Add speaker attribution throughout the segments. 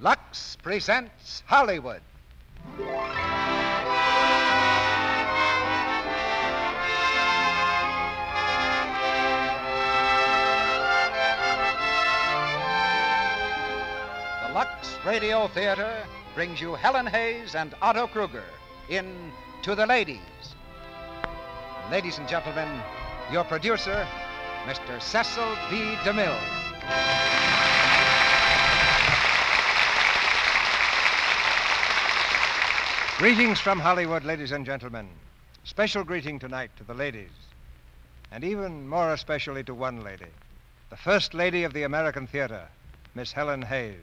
Speaker 1: Lux presents Hollywood. The Lux Radio Theater brings you Helen Hayes and Otto Kruger in To the Ladies. Ladies and gentlemen, your producer, Mr. Cecil B. DeMille. Greetings from Hollywood, ladies and gentlemen. Special greeting tonight to the ladies, and even more especially to one lady, the first lady of the American theater, Miss Helen Hayes.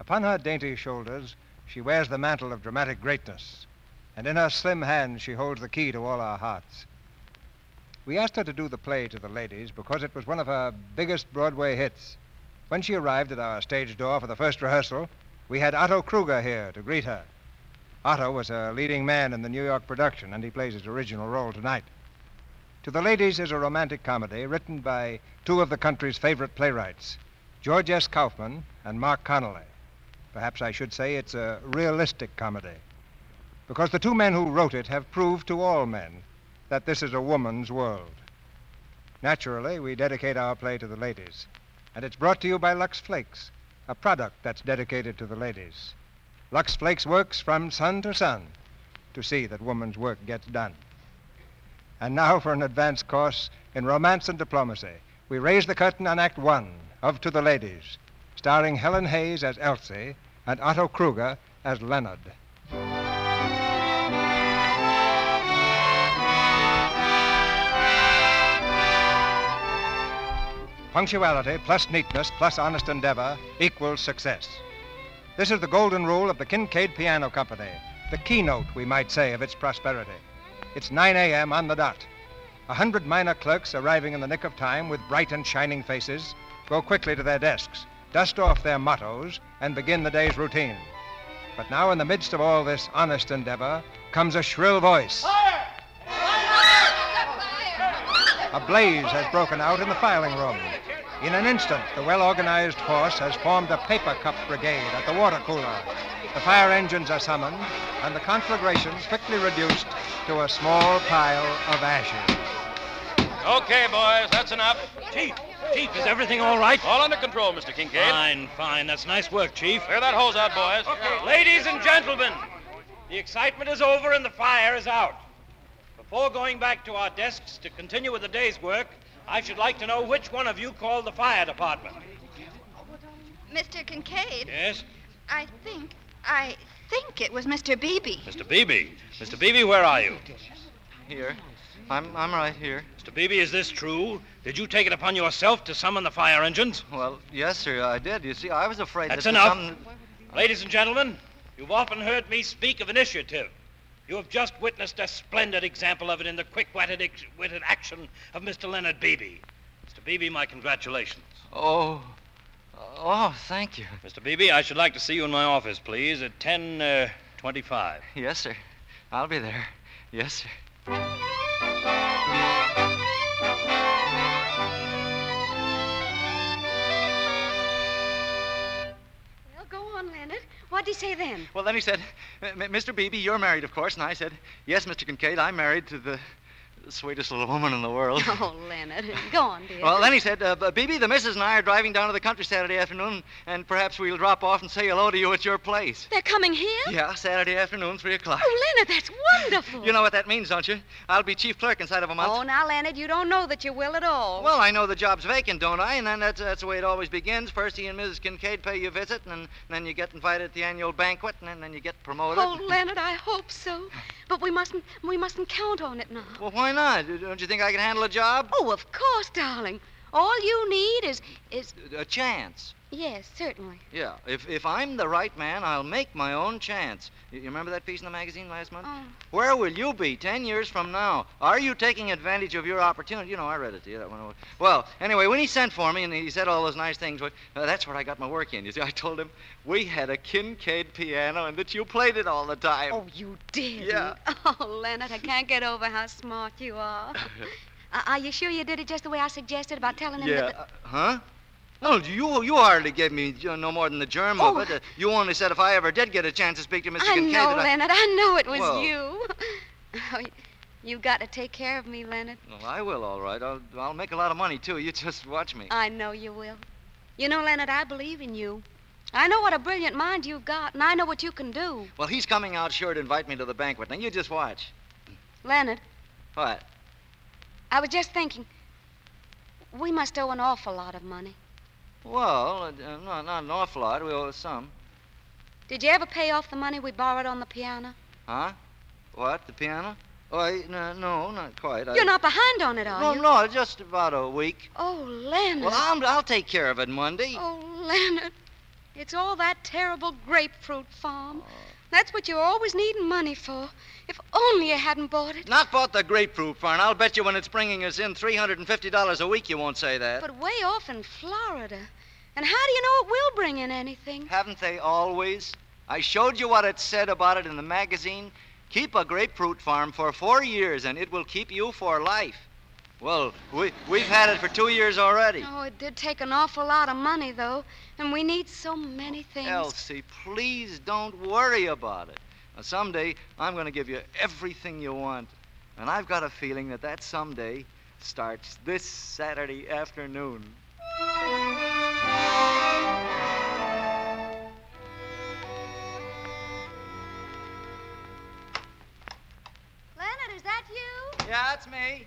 Speaker 1: Upon her dainty shoulders, she wears the mantle of dramatic greatness, and in her slim hands, she holds the key to all our hearts. We asked her to do the play to the ladies because it was one of her biggest Broadway hits. When she arrived at our stage door for the first rehearsal, we had Otto Kruger here to greet her. Otto was a leading man in the New York production, and he plays his original role tonight. To the Ladies is a romantic comedy written by two of the country's favorite playwrights, George S. Kaufman and Mark Connolly. Perhaps I should say it's a realistic comedy, because the two men who wrote it have proved to all men that this is a woman's world. Naturally, we dedicate our play to the ladies, and it's brought to you by Lux Flakes, a product that's dedicated to the ladies. Lux Flakes works from sun to sun to see that woman's work gets done. And now for an advanced course in romance and diplomacy. We raise the curtain on Act One of To the Ladies, starring Helen Hayes as Elsie and Otto Kruger as Leonard. Punctuality plus neatness plus honest endeavor equals success. This is the golden rule of the Kincaid Piano Company, the keynote, we might say, of its prosperity. It's 9 a.m. on the dot. A hundred minor clerks arriving in the nick of time with bright and shining faces go quickly to their desks, dust off their mottos, and begin the day's routine. But now, in the midst of all this honest endeavor, comes a shrill voice. A blaze has broken out in the filing room. In an instant, the well organized force has formed a paper cup brigade at the water cooler. The fire engines are summoned, and the conflagration quickly reduced to a small pile of ashes.
Speaker 2: Okay, boys, that's enough.
Speaker 3: Chief, Chief, is everything all right?
Speaker 2: All under control, Mr. Kincaid.
Speaker 3: Fine, fine. That's nice work, Chief.
Speaker 2: Clear that hose out, boys.
Speaker 3: Ladies and gentlemen, the excitement is over and the fire is out. Before going back to our desks to continue with the day's work, I should like to know which one of you called the fire department.
Speaker 4: Mr. Kincaid,
Speaker 3: Yes?
Speaker 4: I think, I think it was Mr. Beebe.
Speaker 3: Mr. Beebe. Mr. Beebe, where are you?
Speaker 5: Here. I'm, I'm right here.
Speaker 3: Mr. Beebe, is this true? Did you take it upon yourself to summon the fire engines?
Speaker 5: Well, yes, sir, I did. You see, I was afraid
Speaker 3: That's
Speaker 5: that
Speaker 3: enough.
Speaker 5: some-
Speaker 3: Ladies and gentlemen, you've often heard me speak of initiative. You have just witnessed a splendid example of it in the quick-witted ex- witted action of Mr. Leonard Beebe. Mr. Beebe, my congratulations.
Speaker 5: Oh, Oh, thank you.
Speaker 3: Mr. Beebe, I should like to see you in my office, please, at 10 uh, 25.
Speaker 5: Yes, sir. I'll be there. Yes, sir.
Speaker 6: Well, go on, Leonard. What'd he say then?
Speaker 5: Well, then he said, "M- M- Mr. Beebe, you're married, of course. And I said, Yes, Mr. Kincaid, I'm married to the sweetest little woman in the world.
Speaker 6: Oh, Leonard. Go on, dear.
Speaker 5: Well, then he said, uh, "B- Beebe, the missus and I are driving down to the country Saturday afternoon, and perhaps we'll drop off and say hello to you at your place.
Speaker 6: They're coming here?
Speaker 5: Yeah, Saturday afternoon, 3 o'clock.
Speaker 6: Oh, Leonard, that's wonderful.
Speaker 5: You know what that means, don't you? I'll be chief clerk inside of a month.
Speaker 6: Oh, now, Leonard, you don't know that you will at all.
Speaker 5: Well, I know the job's vacant, don't I? And then that's, that's the way it always begins. First, he and Mrs. Kincaid pay you a visit, and then, then you get invited to the annual banquet, and then, then you get promoted.
Speaker 6: Oh, Leonard, I hope so. But we mustn't we mustn't count on it now.
Speaker 5: Well, why not? Don't you think I can handle a job?
Speaker 6: Oh, of course, darling. All you need is is
Speaker 5: A chance.
Speaker 6: yes, certainly.
Speaker 5: Yeah. If, if I'm the right man, I'll make my own chance. You, you remember that piece in the magazine last month?
Speaker 6: Oh.
Speaker 5: Where will you be ten years from now? Are you taking advantage of your opportunity? You know, I read it to you. That one. Well, anyway, when he sent for me and he said all those nice things, well, uh, that's where I got my work in. You see, I told him we had a Kincaid piano and that you played it all the time.
Speaker 6: Oh, you did.
Speaker 5: Yeah.
Speaker 6: Oh, Leonard, I can't get over how smart you are. Uh, are you sure you did it just the way I suggested about telling him?
Speaker 5: yeah.
Speaker 6: That
Speaker 5: uh, huh? Oh, you you hardly gave me you know, no more than the germ
Speaker 6: Oh.
Speaker 5: of it. Uh, you only said if I ever did get a chance to speak to Mr.
Speaker 6: the... I
Speaker 5: Kincaid
Speaker 6: know,
Speaker 5: that I-
Speaker 6: Leonard. I know it was
Speaker 5: Whoa.
Speaker 6: you. Oh, you. You got to take care of me, Leonard.
Speaker 5: Well, I will, all right. I'll, I'll make a lot of money, too. You just watch me.
Speaker 6: I know you will. You know, Leonard, I believe in you. I know what a brilliant mind you've got, and I know what you can do.
Speaker 5: Well, he's coming out sure to invite me to the banquet. Now, you just watch.
Speaker 6: Leonard,
Speaker 5: What?
Speaker 6: I was just thinking. We must owe an awful lot of money.
Speaker 5: Well, uh, not, not an awful lot. We owe some.
Speaker 6: Did you ever pay off the money we borrowed on the piano?
Speaker 5: Huh? What? The piano? Oh, I, no, no, not quite. I,
Speaker 6: You're not behind on it, are
Speaker 5: No,
Speaker 6: you?
Speaker 5: no, just about a week.
Speaker 6: Oh, Leonard.
Speaker 5: Well, I'm, I'll take care of it Monday.
Speaker 6: Oh, Leonard. It's all that terrible grapefruit farm.
Speaker 5: Oh.
Speaker 6: That's what you're always needing money for. If only you hadn't bought it.
Speaker 5: Not bought the grapefruit, Farn. I'll bet you when it's bringing us in $350 a week, you won't say that.
Speaker 6: But way off in Florida. And how do you know it will bring in anything?
Speaker 5: Haven't they always? I showed you what it said about it in the magazine. Keep a grapefruit farm for four years, and it will keep you for life. Well, we, we've had it for two years already.
Speaker 6: Oh, it did take an awful lot of money, though. And we need so many things.
Speaker 5: Elsie, please don't worry about it. Now, someday, I'm going to give you everything you want. And I've got a feeling that that someday starts this Saturday afternoon.
Speaker 6: Leonard, is that you?
Speaker 5: Yeah, that's me.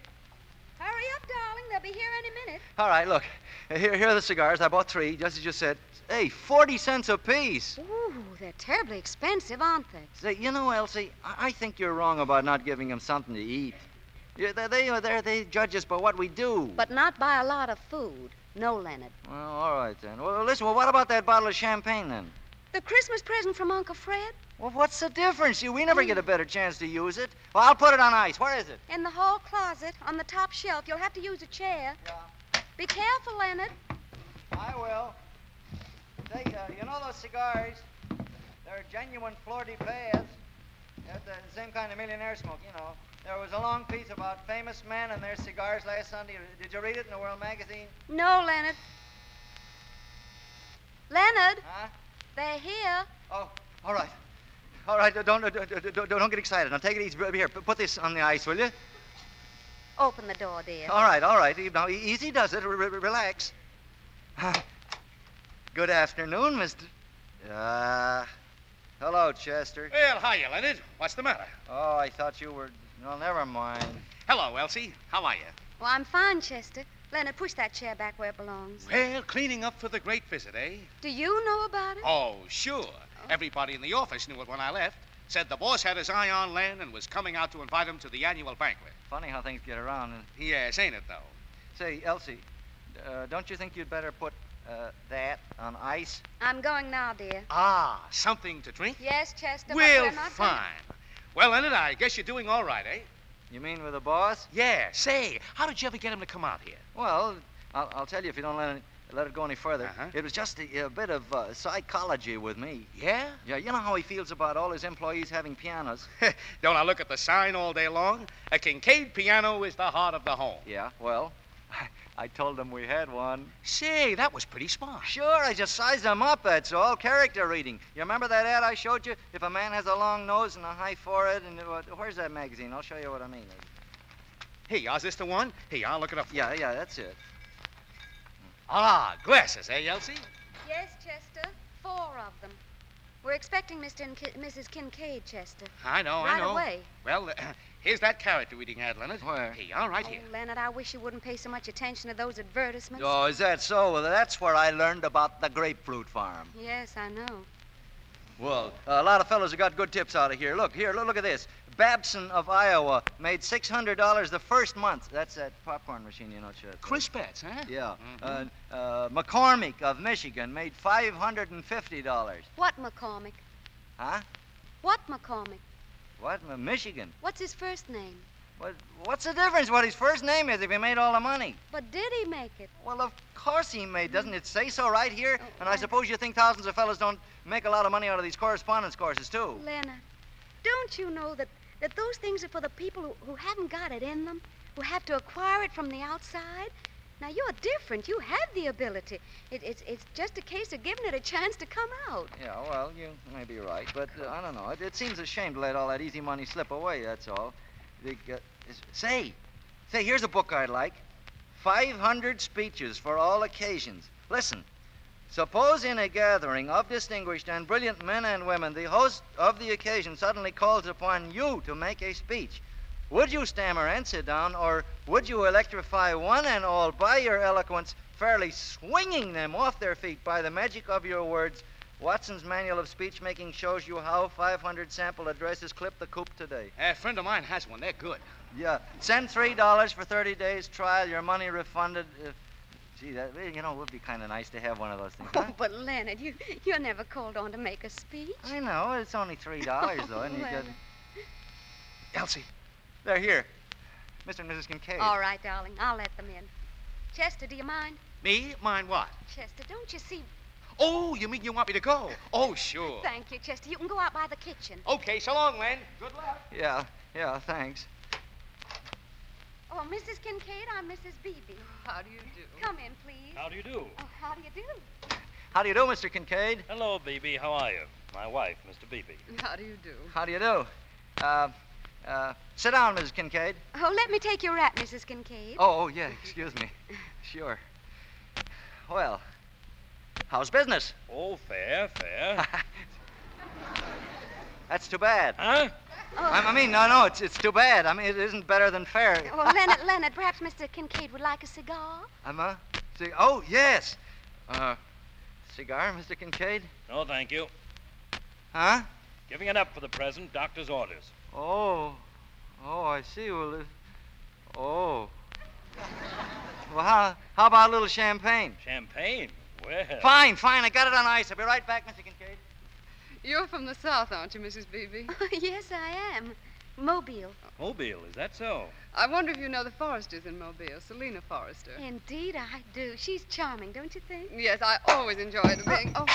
Speaker 6: Hurry up, darling. They'll be here any minute.
Speaker 5: All right, look. Here, here are the cigars. I bought three, just as you said. Hey, 40 cents apiece.
Speaker 6: Ooh, they're terribly expensive, aren't they?
Speaker 5: Say, you know, Elsie, I, I think you're wrong about not giving them something to eat. Yeah, they, they, are there- they judge us by what we do.
Speaker 6: But not by a lot of food. No, Leonard.
Speaker 5: Well, all right, then. Well, listen, well, what about that bottle of champagne, then?
Speaker 6: The Christmas present from Uncle Fred
Speaker 5: Well, what's the difference? You, we never get a better chance to use it. Well, I'll put it on ice. Where is it?
Speaker 6: in the hall closet on the top shelf. You'll have to use a chair. Be careful, Leonard.
Speaker 5: I will. Say, uh, you know those cigars? They're genuine Fleur de Vaz. They're the same kind of millionaire smoke, you know. There was a long piece about famous men and their cigars last Sunday. Did you read it in the World Magazine?
Speaker 6: No, Leonard. Leonard,
Speaker 5: Huh?
Speaker 6: they're here.
Speaker 5: Oh, all right. All right, don't, don't, don't, don't- don't get excited. Now, take it easy. Here, p- put this on the ice, will you?
Speaker 6: Open the door, dear.
Speaker 5: All right, all right. Now, e- easy does it. Re- re- relax. Good afternoon, Mr. Uh, hello, Chester.
Speaker 7: Well, hiya, Leonard. What's the matter?
Speaker 5: Oh, I thought you were. Well, never mind.
Speaker 7: Hello, Elsie. How are you?
Speaker 6: Well, I'm fine, Chester. Leonard, push that chair back where it belongs.
Speaker 7: Well, cleaning up for the great visit, eh?
Speaker 6: Do you know about it?
Speaker 7: Oh, sure. Everybody in the office knew it when I left. Said the boss had his eye on Len and was coming out to invite him to the annual banquet.
Speaker 5: Funny how things get around.
Speaker 7: Yes, ain't it, though?
Speaker 5: Say, Elsie, uh, don't you think you'd better put uh, that on ice?
Speaker 6: I'm going now, dear.
Speaker 7: Ah, something to drink?
Speaker 6: Yes, Chester. but
Speaker 7: well,
Speaker 6: we're not
Speaker 7: fine. Well, Leonard, I guess you're doing all right, eh?
Speaker 5: You mean with the boss?
Speaker 7: Yeah, say, how did you ever get him to come out here?
Speaker 5: Well, I'll, I'll tell you if you don't let, let it go any further. It was just a, a bit of uh, psychology with me. Yeah? Yeah, you know how he feels about all his employees having pianos.
Speaker 7: Don't I look at the sign all day long? A Kincaid piano is the heart of the home.
Speaker 5: yeah, well, I told him we had one.
Speaker 7: Say, that was pretty smart.
Speaker 5: Sure, I just sized them up, that's all. Character reading. You remember that ad I showed you? If a man has a long nose and a high forehead and... Uh, where's that magazine? I'll show you what I mean.
Speaker 7: Hey, is this the one? Hey, I'll look it up.
Speaker 5: Yeah, yeah, that's it.
Speaker 7: Ah, glasses, eh, Elsie?
Speaker 6: Yes, Chester. Four of them. We're expecting Mr. and Ki- Mrs. Kincaid, Chester.
Speaker 7: I know, I
Speaker 6: Right
Speaker 7: know.
Speaker 6: away.
Speaker 7: Well, uh, here's that character reading ad, Leonard.
Speaker 5: Where?
Speaker 7: Hey, all right
Speaker 6: oh,
Speaker 7: here.
Speaker 6: Leonard, I wish you wouldn't pay so much attention to those advertisements.
Speaker 5: Oh, is that so? Well, that's where I learned about the grapefruit farm.
Speaker 6: Yes, I know.
Speaker 5: Well, a lot of fellows have got good tips out of here. Look, here, look, look at this. Babson of Iowa made $600 the first month. That's that popcorn machine you know, Chet.
Speaker 7: Crisp ads, huh? Mm-hmm.
Speaker 5: Yeah. Uh, uh, McCormick of Michigan made $550.
Speaker 6: What McCormick?
Speaker 5: Huh?
Speaker 6: What McCormick?
Speaker 5: What? M- Michigan?
Speaker 6: What's his first name?
Speaker 5: What, what's the difference what his first name is if he made all the money?
Speaker 6: But did he make it?
Speaker 5: Well, of course he made. Doesn't it say so right here? And I suppose you think thousands of fellows don't make a lot of money out of these correspondence courses, too.
Speaker 6: Leonard, don't you know that, that those things are for the people who, who haven't got it in them, who have to acquire it from the outside? Now, you're different. You have the ability. It, it's, it's just a case of giving it a chance to come out.
Speaker 5: Yeah, well, you may be right, but uh, I don't know. It, it seems a shame to let all that easy money slip away, that's all. The, uh, is- say, say, here's a book I like 500 Speeches for All Occasions. Listen. Suppose in a gathering of distinguished and brilliant men and women, the host of the occasion suddenly calls upon you to make a speech. Would you stammer and sit down, or would you electrify one and all by your eloquence, fairly swinging them off their feet by the magic of your words? Watson's Manual of Speech Making shows you how 500 sample addresses clip the coop today.
Speaker 7: A friend of mine has one. They're good.
Speaker 5: Yeah, send $3 for 30 days trial, your money refunded. Uh, gee, that, you know, it would be kind of nice to have one of those things. huh?
Speaker 6: Oh, but Leonard, you, you're never called on to make a speech.
Speaker 5: I know, it's only $3, though, and you
Speaker 6: Well.
Speaker 5: get.
Speaker 7: Elsie,
Speaker 5: They're here. Mr. and Mrs. Kincaid.
Speaker 6: All right, darling. I'll let them in. Chester, do you mind?
Speaker 7: me, mine what?
Speaker 6: Chester, don't you see?
Speaker 7: Oh, you mean you want me to go? Oh, sure.
Speaker 6: Thank you, Chester. You can go out by the kitchen.
Speaker 7: Okay, so long, Len. Good luck.
Speaker 5: Yeah, yeah, thanks.
Speaker 6: Oh, Mrs. Kincaid, I'm Mrs. Beebe.
Speaker 8: How do you do?
Speaker 6: Come in, please.
Speaker 3: How do you do?
Speaker 6: Oh, how do you do?
Speaker 5: How do you do, Mr. Kincaid?
Speaker 3: Hello, Beebe. How are you? My wife, Mr. Beebe.
Speaker 8: How do you do?
Speaker 5: How do you do? Uh, uh, sit down, Mrs. Kincaid.
Speaker 6: Oh, let me take your wrap, Mrs. Kincaid.
Speaker 5: Oh, oh, yeah, excuse me. Sure. Well, how's business?
Speaker 3: Oh, fair, fair.
Speaker 5: That's too bad.
Speaker 3: huh?
Speaker 5: I, I mean, no, no, it's, it's too bad. I mean, it isn't better than fair.
Speaker 6: Well, Leonard, Leonard, perhaps Mr. Kincaid would like a cigar.
Speaker 5: I'm a. Cig- oh, yes. Uh, cigar, Mr. Kincaid?
Speaker 3: No, thank you.
Speaker 5: Huh?
Speaker 3: Giving it up for the present. Doctor's orders.
Speaker 5: Oh, oh, I see. Well, it, oh. well, how, how about a little champagne?
Speaker 3: Champagne? Well.
Speaker 5: Fine, fine. I got it on ice. I'll be right back, Mr. Kincaid.
Speaker 8: You're from the South, aren't you, Mrs. Beebe?
Speaker 6: yes, I am. Mobile.
Speaker 3: Mobile, is that so?
Speaker 8: I wonder if you know the Forresters in Mobile, Selena Forrester.
Speaker 6: Indeed, I do. She's charming, don't you think?
Speaker 8: Yes, I always enjoy her being. Oh,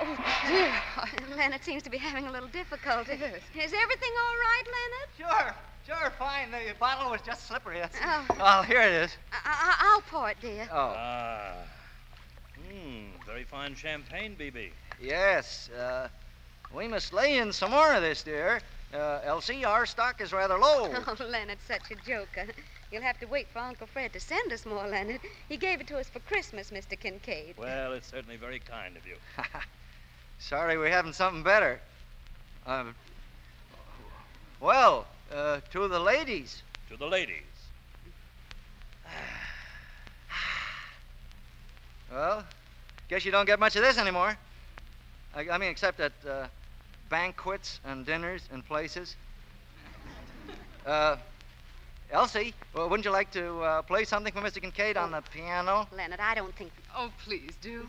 Speaker 8: oh dear. I-
Speaker 6: Leonard seems to be having a little difficulty.
Speaker 8: Yes.
Speaker 6: Is everything all right, Leonard?
Speaker 5: Sure, sure, fine. The bottle was just slippery. That's...
Speaker 6: Oh.
Speaker 5: Well, here it is.
Speaker 6: I- I- I'll pour it, dear.
Speaker 5: Oh,
Speaker 3: Ah. Hmm. Very fine champagne, Beebe.
Speaker 5: yes. Uh, we must lay in some more of this, dear. Uh, Elsie, our stock is rather low.
Speaker 6: Oh, Leonard's such a joker. You'll have to wait for Uncle Fred to send us more, Leonard. He gave it to us for Christmas, Mr. Kincaid.
Speaker 3: Well, it's certainly very kind of you.
Speaker 5: Sorry, we're having something better. Uh, well, uh, to the ladies.
Speaker 3: To the ladies.
Speaker 5: Well, guess you don't get much of this anymore. I, I mean, except at uh, banquets and dinners and places. Uh, Elsie, well, wouldn't you like to uh, play something for Mr. Kincaid on the piano?
Speaker 6: Leonard, I don't think.
Speaker 8: Oh, please do.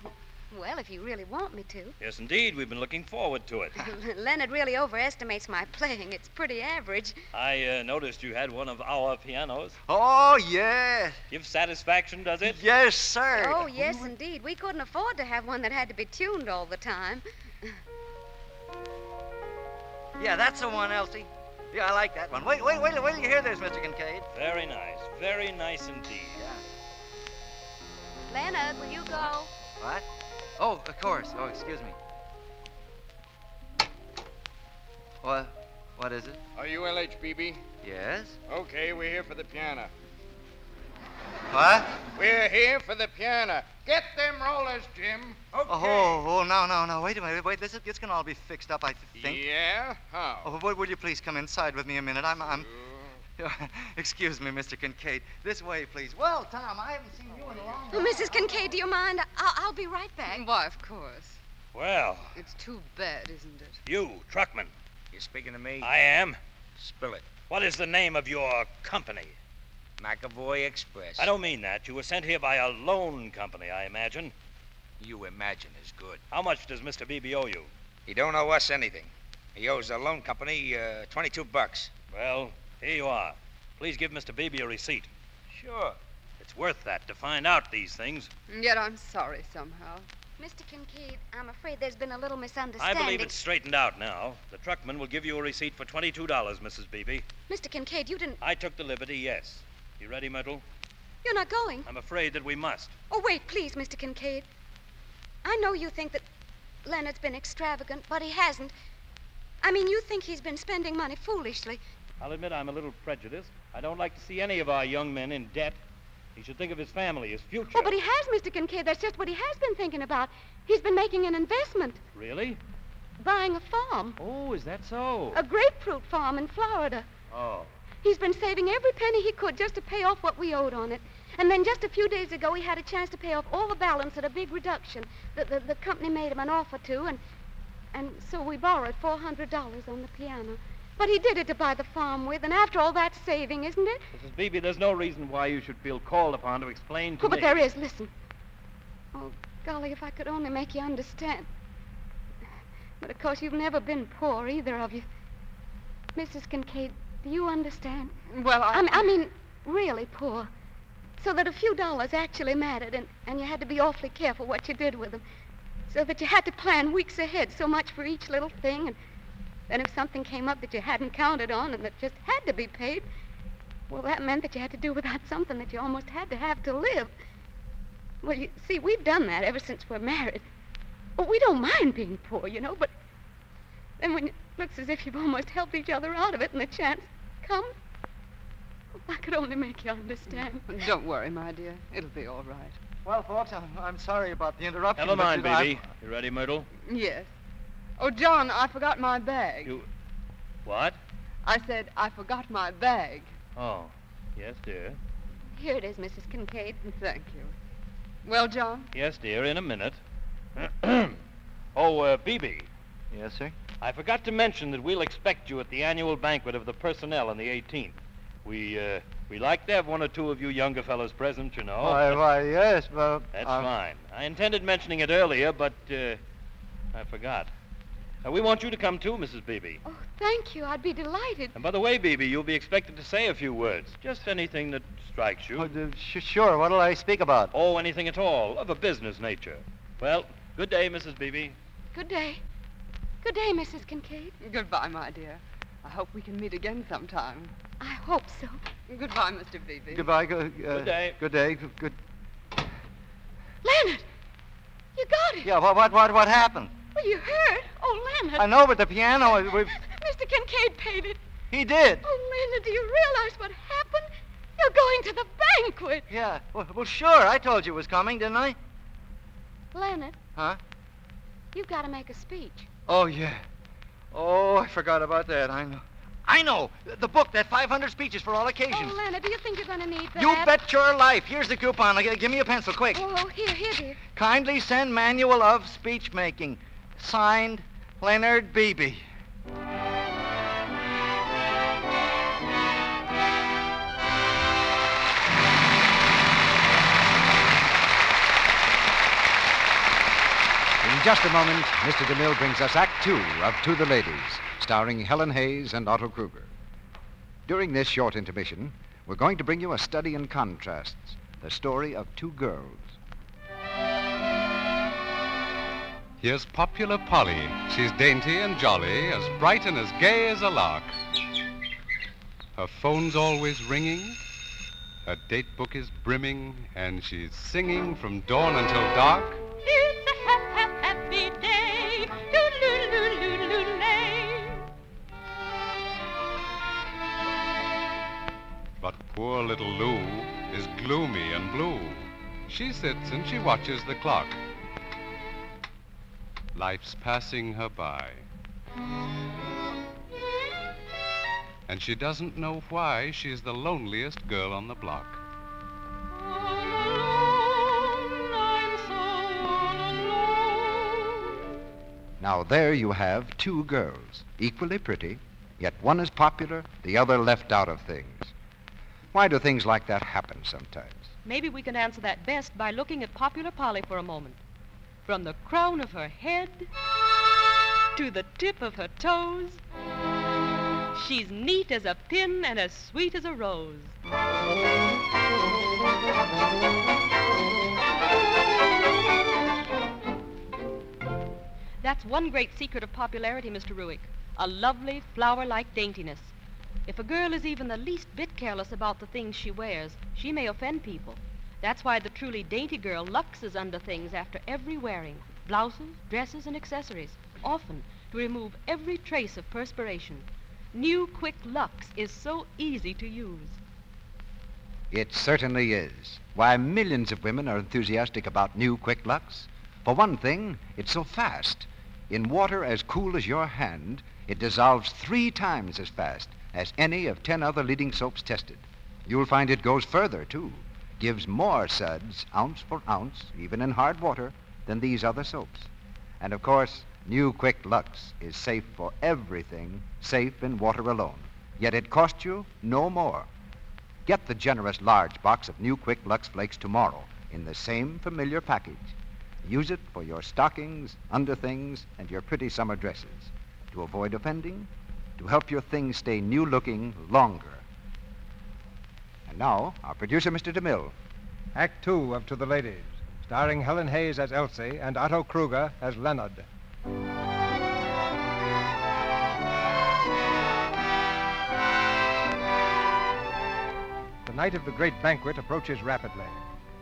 Speaker 6: Well, if you really want me to.
Speaker 3: Yes, indeed. We've been looking forward to it.
Speaker 6: Leonard really overestimates my playing. It's pretty average.
Speaker 3: I uh, noticed you had one of our pianos.
Speaker 9: Oh, yes.
Speaker 3: Gives satisfaction, does it?
Speaker 9: Yes, sir.
Speaker 6: Oh, yes, indeed. We couldn't afford to have one that had to be tuned all the time.
Speaker 5: Yeah, that's the one, Elsie. Yeah, I like that one. Wait, wait, wait, till- wait till you hear this, Mr. Kincaid.
Speaker 3: Very nice. Very nice indeed.
Speaker 6: Leonard, will you go?
Speaker 5: What? Oh, of course. Oh, excuse me. What? What is it?
Speaker 10: Are you LHBB?
Speaker 5: Yes?
Speaker 10: Okay, we're here for the piano.
Speaker 5: What?
Speaker 10: We're here for the piano. Get them rollers, Jim. Okay.
Speaker 5: Oh, oh, no, no, no. Wait a minute. Wait, this, is, this can all be fixed up, I think.
Speaker 10: Yeah? How?
Speaker 5: Oh, would, would you please come inside with me a minute? I'm. I'm... Excuse me, Mr. Kincaid. This way, please. Well, Tom, I haven't seen you in a long
Speaker 6: Oh, Mrs. Kincaid, do you mind? I'll, I'll be right back.
Speaker 8: Why, of course.
Speaker 3: Well,
Speaker 8: It's too bad, isn't it?
Speaker 3: you, truckman.
Speaker 11: You speaking to me?
Speaker 3: I am.
Speaker 11: Spill it.
Speaker 3: What is the name of your company?
Speaker 11: McAvoy Express.
Speaker 3: I don't mean that. You were sent here by a loan company, I imagine.
Speaker 11: You imagine is good.
Speaker 3: How much does Mr. Beebe owe you?
Speaker 11: He don't owe us anything. He owes the loan company uh, 22 bucks.
Speaker 3: Well, here you are. Please give Mr. Beebe a receipt.
Speaker 11: Sure.
Speaker 3: It's worth that to find out these things.
Speaker 8: And yet I'm sorry somehow.
Speaker 6: Mr. Kincaid, I'm afraid there's been a little
Speaker 3: I
Speaker 6: misunderstanding.
Speaker 3: believe it's straightened out now. The truckman will give you a receipt for $22, Mrs. Beebe.
Speaker 6: Mr. Kincaid, you didn't.
Speaker 3: I took the liberty, yes. You ready, Myrtle?
Speaker 6: You're not going.
Speaker 3: I'm afraid that we must.
Speaker 6: Oh, wait, please, Mr. Kincaid. I know you think that Leonard's been extravagant, but he hasn't. I mean, you think he's been spending money foolishly.
Speaker 3: I'll admit I'm a little prejudiced. I don't like to see any of our young men in debt. He should think of his family, his future.
Speaker 6: Oh, but he has, Mr. Kincaid. That's just what he has been thinking about. He's been making an investment,
Speaker 3: Really?
Speaker 6: buying a farm,
Speaker 3: Oh, is that so?
Speaker 6: a grapefruit farm in Florida.
Speaker 3: Oh.
Speaker 6: He's been saving every penny he could just to pay off what we owed on it. And then just a few days ago, he had a chance to pay off all the balance at a big reduction. The, the, the company made him an offer to, and, and so we borrowed $400 on the piano. But he did it to buy the farm with, and after all, that's saving, isn't it?
Speaker 3: Mrs. Beebe, there's no reason why you should feel called upon to explain to
Speaker 6: Oh, but
Speaker 3: me.
Speaker 6: there is. Listen. Oh, golly, if I could only make you understand. But of course, you've never been poor, either of you. Mrs. Kincaid, do you understand?
Speaker 8: Well, I.
Speaker 6: I, mean- I mean, really poor. So that a few dollars actually mattered, and, and you had to be awfully careful what you did with them. So that you had to plan weeks ahead, so much for each little thing, and then if something came up that you hadn't counted on and that just had to be paid, well, that meant that you had to do without something that you almost had to have to live. Well, you see, we've done that ever since we're married. Well, we don't mind being poor, you know, but then when it looks as if you've almost helped each other out of it and the chance comes, if I could only make you understand.
Speaker 8: Don't worry, my dear. It'll be all right.
Speaker 5: Well, folks, I'm, I'm sorry about the interruption.
Speaker 3: Never
Speaker 5: but,
Speaker 3: mind,
Speaker 5: you know, I-
Speaker 3: Beebe. You ready, Myrtle?
Speaker 8: Yes. Oh, John, I forgot my bag.
Speaker 3: You. What?
Speaker 8: I said, I forgot my bag.
Speaker 3: Oh. Yes, dear.
Speaker 6: Here it is, Mrs. Kincaid.
Speaker 8: Thank you. Well, John?
Speaker 3: Yes, dear, in a minute. oh, uh, Beebe.
Speaker 9: Yes, sir?
Speaker 3: I forgot to mention that we'll expect you at the annual banquet of the personnel on the 18th. We, uh, we like to have one or two of you younger fellows present, you
Speaker 10: Oh.
Speaker 3: know.
Speaker 9: Why, why, yes, but.
Speaker 3: That's
Speaker 9: uh,
Speaker 3: fine. I intended mentioning it earlier, but uh, I forgot. Uh, we want you to come too, Mrs. Beebe.
Speaker 6: Oh, thank you. I'd be delighted.
Speaker 3: And by the way, Beebe, you'll be expected to say a few words. Just anything that strikes you.
Speaker 9: Oh, d- sh- sure, what'll I speak about?
Speaker 3: Oh, anything at all of a business nature. Well, good day, Mrs. Beebe.
Speaker 6: Good day. Good day, Mrs. Kincaid.
Speaker 8: Goodbye, my dear. I hope we can meet again sometime.
Speaker 6: I hope so.
Speaker 8: Goodbye, Mr. Beebe.
Speaker 9: Goodbye. Go, uh,
Speaker 3: Good day.
Speaker 9: Good day. Good. good.
Speaker 6: Leonard! You got it.
Speaker 9: Yeah, what, what, what, what happened?
Speaker 6: Well, you heard. Oh, Leonard.
Speaker 9: I know, but the piano, we,
Speaker 6: Mr. Kincaid paid it.
Speaker 9: he did.
Speaker 6: Oh, Leonard, do you realize what happened? You're going to the banquet.
Speaker 9: Yeah. Well, well, sure, I told you it was coming, didn't I?
Speaker 6: Leonard,
Speaker 9: Huh?
Speaker 6: you've got to make a speech.
Speaker 9: Oh, yeah. Oh, I forgot about that. I know. I know. The book, that 500 speeches for all occasions.
Speaker 6: Oh, Leonard, do you think you're going to need that?
Speaker 9: you bet your life. Here's the coupon. Now, g- Give me a pencil, quick.
Speaker 6: Oh, here, here, dear.
Speaker 9: Kindly send Manual of Speech Making. Signed, Leonard Beebe.
Speaker 12: In just a moment, Mr. DeMille brings us Act Two of To the Ladies, starring Helen Hayes and Otto Kruger. During this short intermission, we're going to bring you a study in contrasts the story of two girls.
Speaker 13: Here's popular Polly. She's dainty and jolly, as bright and as gay as a lark. Her phone's always ringing, her date book is brimming, and she's singing from dawn until dark.
Speaker 14: It's a hap, hap, happy day. Doo-doo-doo-doo-doo-lay.
Speaker 13: But poor little Lou is gloomy and blue. She sits and she watches the clock. Life's passing her by. And she doesn't know why she's the loneliest girl on the block.
Speaker 12: Now, there you have two girls, equally pretty, yet one is popular, the other left out of things. Why do things like that happen sometimes?
Speaker 15: Maybe we can answer that best by looking at Popular Polly for a moment. From the crown of her head to the tip of her toes, she's neat as a pin and as sweet as a rose. That's one great secret of popularity, Mr. Ruick. A lovely, flower-like daintiness. If a girl is even the least bit careless about the things she wears, she may offend people. That's why the truly dainty girl luxes under things after every wearing blouses, dresses, and accessories, often to remove every trace of perspiration. New Quick Lux is so easy to use.
Speaker 12: It certainly is. Why millions of women are enthusiastic about new Quick Lux. For one thing, it's so fast. In water as cool as your hand, it dissolves three times as fast as any of ten other leading soaps tested. You'll find it goes further, too. Gives more suds, ounce for ounce, even in hard water, than these other soaps. And of course, new Quick Lux is safe for everything, safe in water alone. Yet it costs you no more. Get the generous large box of new Quick Lux Flakes tomorrow in the same familiar package. Use it for your stockings, underthings, and your pretty summer dresses. To avoid offending, to help your things stay new looking longer. And now, our producer, Mr. DeMille.
Speaker 1: Act Two of To the Ladies, starring Helen Hayes as Elsie and Otto Kruger as Leonard. The night of the great banquet approaches rapidly.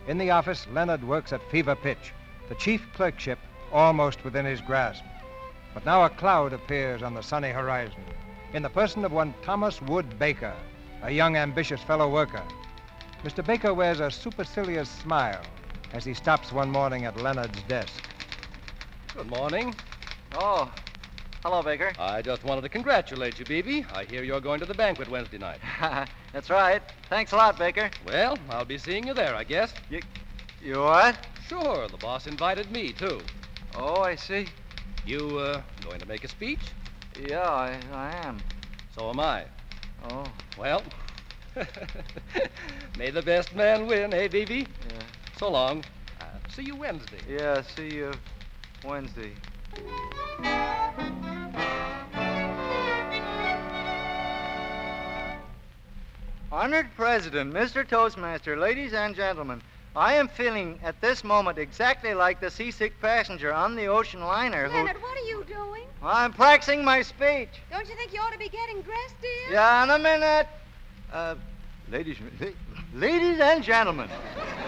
Speaker 1: In the office, Leonard works at fever pitch, the chief clerkship almost within his grasp. But now a cloud appears on the sunny horizon in the person of one Thomas Wood Baker, a young, ambitious fellow worker. Mr. Baker wears a supercilious smile as he stops one morning at Leonard's desk.
Speaker 16: Good morning.
Speaker 5: Oh, hello, Baker.
Speaker 16: I just wanted to congratulate you, Beebe. I hear you're going to the banquet Wednesday night.
Speaker 5: That's right. Thanks a lot, Baker.
Speaker 16: Well, I'll be seeing you there, I guess.
Speaker 5: You, you what?
Speaker 16: Sure, the boss invited me, too.
Speaker 5: Oh, I see.
Speaker 16: You, uh, going to make a speech?
Speaker 5: Yeah, I, I am.
Speaker 16: So am I.
Speaker 5: Oh,
Speaker 16: Well, may the best man win, eh, Beebe?
Speaker 5: yeah.
Speaker 16: So long. Uh, see you Wednesday.
Speaker 5: Yeah, see you Wednesday. Honored President, Mr. Toastmaster, ladies and gentlemen, I am feeling at this moment exactly like the seasick passenger on the ocean liner who.
Speaker 6: Leonard, what are you doing?
Speaker 5: I'm practicing my speech.
Speaker 6: Don't you think you ought to be getting dressed, dear?
Speaker 5: Yeah, in a minute. Uh, ladies, la- ladies and gentlemen,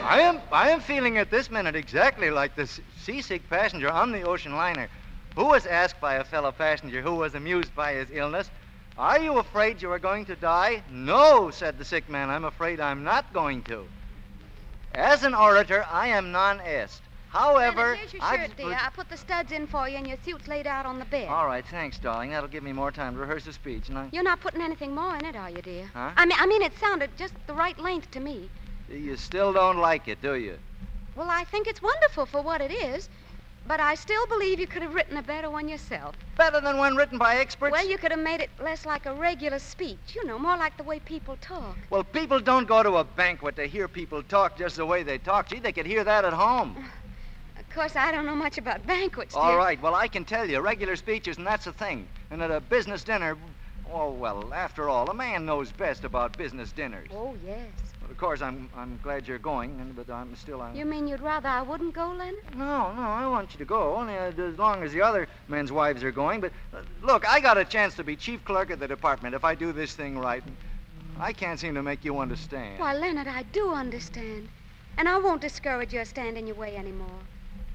Speaker 5: I am I am feeling at this minute exactly like the se- seasick passenger on the ocean liner, who was asked by a fellow passenger who was amused by his illness, "Are you afraid you are going to die?" "No," said the sick man. "I'm afraid I'm not going to." As an orator, I am non-est. However,
Speaker 6: Leonard, here's your
Speaker 5: I've
Speaker 6: shirt, dear.
Speaker 5: sp-
Speaker 6: I put the studs in for you, and your suit's laid out on the bed.
Speaker 5: All right, thanks, darling. That'll give me more time to rehearse the speech, and I.
Speaker 6: You're not putting anything more in it, are you, dear?
Speaker 5: Huh?
Speaker 6: I mean, I mean, it sounded just the right length to me.
Speaker 5: You still don't like it, do you?
Speaker 6: Well, I think it's wonderful for what it is, but I still believe you could have written a better one yourself.
Speaker 5: Better than one written by experts?
Speaker 6: Well, you could have made it less like a regular speech, you know, more like the way people talk.
Speaker 5: Well, people don't go to a banquet to hear people talk just the way they talk. Gee, they could hear that at home.
Speaker 6: Of course, I don't know much about banquets, dear.
Speaker 5: All right, well, I can tell you, regular speeches, and that's the thing. And at a business dinner, oh, well, after all, a man knows best about business dinners.
Speaker 6: Oh, yes.
Speaker 5: Of course, I'm, I'm glad you're going, and- but I'm still. I'm...
Speaker 6: You mean you'd rather I wouldn't go, Leonard?
Speaker 5: No, no, I want you to go, only uh, as long as the other men's wives are going. But uh, look, I got a chance to be chief clerk of the department if I do this thing right. I can't seem to make you understand.
Speaker 6: Why, Leonard, I do understand. And I won't discourage your standing your way anymore.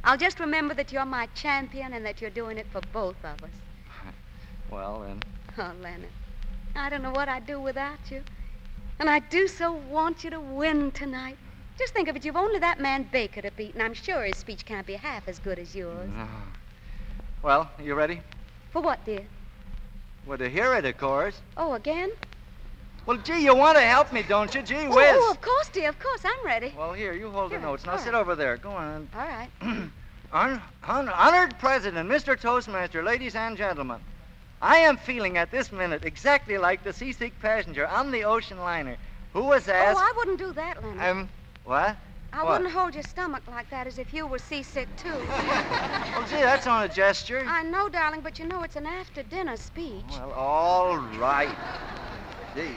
Speaker 6: I'll just remember that you're my champion and that you're doing it for both of us.
Speaker 5: Well, then.
Speaker 6: Oh, Leonard, I don't know what I'd do without you. And I do so want you to win tonight. Just think of it, you've only that man Baker to beat, and I'm sure his speech can't be half as good as yours.
Speaker 5: No. uh, Well, you ready?
Speaker 6: For what, dear?
Speaker 5: Well, to hear it, of course.
Speaker 6: Oh, again?
Speaker 5: Well, gee, you want to help me, don't you? Gee
Speaker 6: Oh,
Speaker 5: whiz.
Speaker 6: Oh, of course, dear, of course, I'm ready.
Speaker 5: Well, here, you hold the
Speaker 6: Sure,
Speaker 5: notes. Now
Speaker 6: all
Speaker 5: sit
Speaker 6: right.
Speaker 5: over there. Go on.
Speaker 6: All right.
Speaker 5: Hon- hon- honored President, Mr. Toastmaster, ladies and gentlemen, I am feeling at this minute exactly like the seasick passenger on the ocean liner who was asked.
Speaker 6: Oh, I wouldn't do that, Leonard.
Speaker 5: Um, what?
Speaker 6: I
Speaker 5: what?
Speaker 6: wouldn't hold your stomach like that as if you were seasick, too.
Speaker 5: Well, gee, that's on a gesture.
Speaker 6: I know, darling, but you know it's an after dinner speech.
Speaker 5: Well, all right. Gee.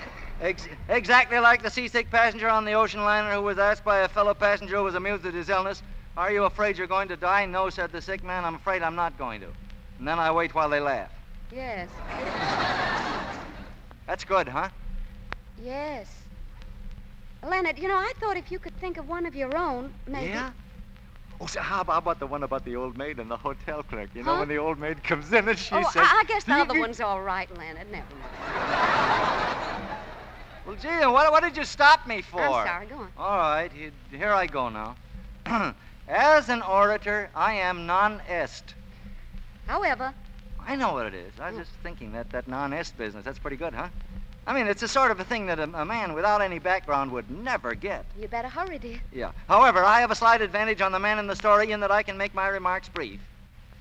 Speaker 5: Ex- exactly like the seasick passenger on the ocean liner who was asked by a fellow passenger who was amused at his illness, Are you afraid you're going to die? No, said the sick man, I'm afraid I'm not going to. And then I wait while they laugh.
Speaker 6: Yes.
Speaker 5: That's good, huh?
Speaker 6: Yes. Leonard, you know, I thought if you could think of one of your own, maybe.
Speaker 5: Yeah? Oh, so how how about the one about the old maid and the hotel clerk? You know,
Speaker 6: Huh?
Speaker 5: when the old maid comes in and she
Speaker 6: oh,
Speaker 5: says.
Speaker 6: I, I guess the other one's all right, Leonard. Never mind.
Speaker 5: Well, gee, what, what did you stop me for?
Speaker 6: I'm sorry. Go on.
Speaker 5: All right, he- here I go now. As an orator, I am non est.
Speaker 6: However,
Speaker 5: I know what it is. I was just thinking that that non-est business. That's pretty good, huh? I mean, it's the sort of a thing that a, a man without any background would never get.
Speaker 6: you better hurry, dear.
Speaker 5: Yeah. However, I have a slight advantage on the man in the story in that I can make my remarks brief.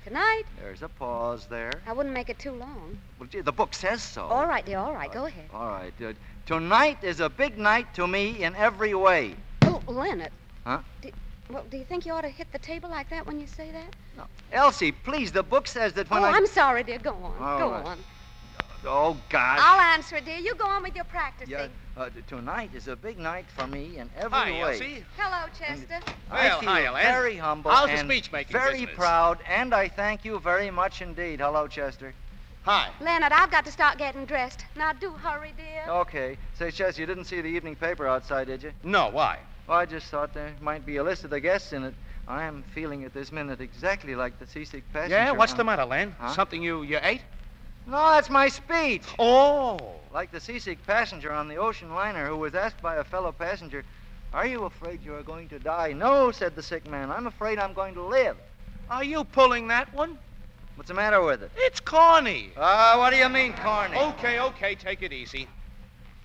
Speaker 6: Good night.
Speaker 5: There's a pause there.
Speaker 6: I wouldn't make it too long.
Speaker 5: Well, gee, the book says so.
Speaker 6: All right, dear. All right. Go ahead.
Speaker 5: All right. Uh, tonight is a big night to me in every way.
Speaker 6: Oh, Leonard.
Speaker 5: Huh?
Speaker 6: Do, well, do you think you ought to hit the table like that when you say that?
Speaker 5: Elsie, please, the book says that when
Speaker 6: oh,
Speaker 5: I.
Speaker 6: am sorry, dear. Go on.
Speaker 5: All
Speaker 6: go
Speaker 5: right.
Speaker 6: on.
Speaker 5: Oh, gosh.
Speaker 6: I'll answer it, dear. You go on with your practicing.
Speaker 5: Yeah, uh, t- tonight is a big night for me in every
Speaker 7: Hi,
Speaker 5: way.
Speaker 7: Elsie.
Speaker 6: Hello, Chester.
Speaker 7: Well,
Speaker 5: I feel
Speaker 7: hi, Elaine.
Speaker 5: very humble.
Speaker 7: How's the
Speaker 5: and
Speaker 7: speech-making
Speaker 5: Very
Speaker 7: business?
Speaker 5: proud, and I thank you very much indeed. Hello, Chester. Hi.
Speaker 6: Leonard, I've got to start getting dressed. Now, do hurry, dear.
Speaker 5: Okay. Say, Chester, you didn't see the evening paper outside, did you? No. Why? Well, I just thought there might be a list of the guests in it. I am feeling at this minute exactly like the seasick passenger.
Speaker 7: Yeah, what's the
Speaker 5: on-
Speaker 7: matter, Len?
Speaker 5: Huh?
Speaker 7: Something you, you ate?
Speaker 5: No, that's my speech. Oh. Like the seasick passenger on the ocean liner who was asked by a fellow passenger, Are you afraid you are going to die? No, said the sick man. I'm afraid I'm going to live. Are you pulling that one? What's the matter with it? It's corny. Ah, what do you mean, corny?
Speaker 7: Okay, okay, take it easy.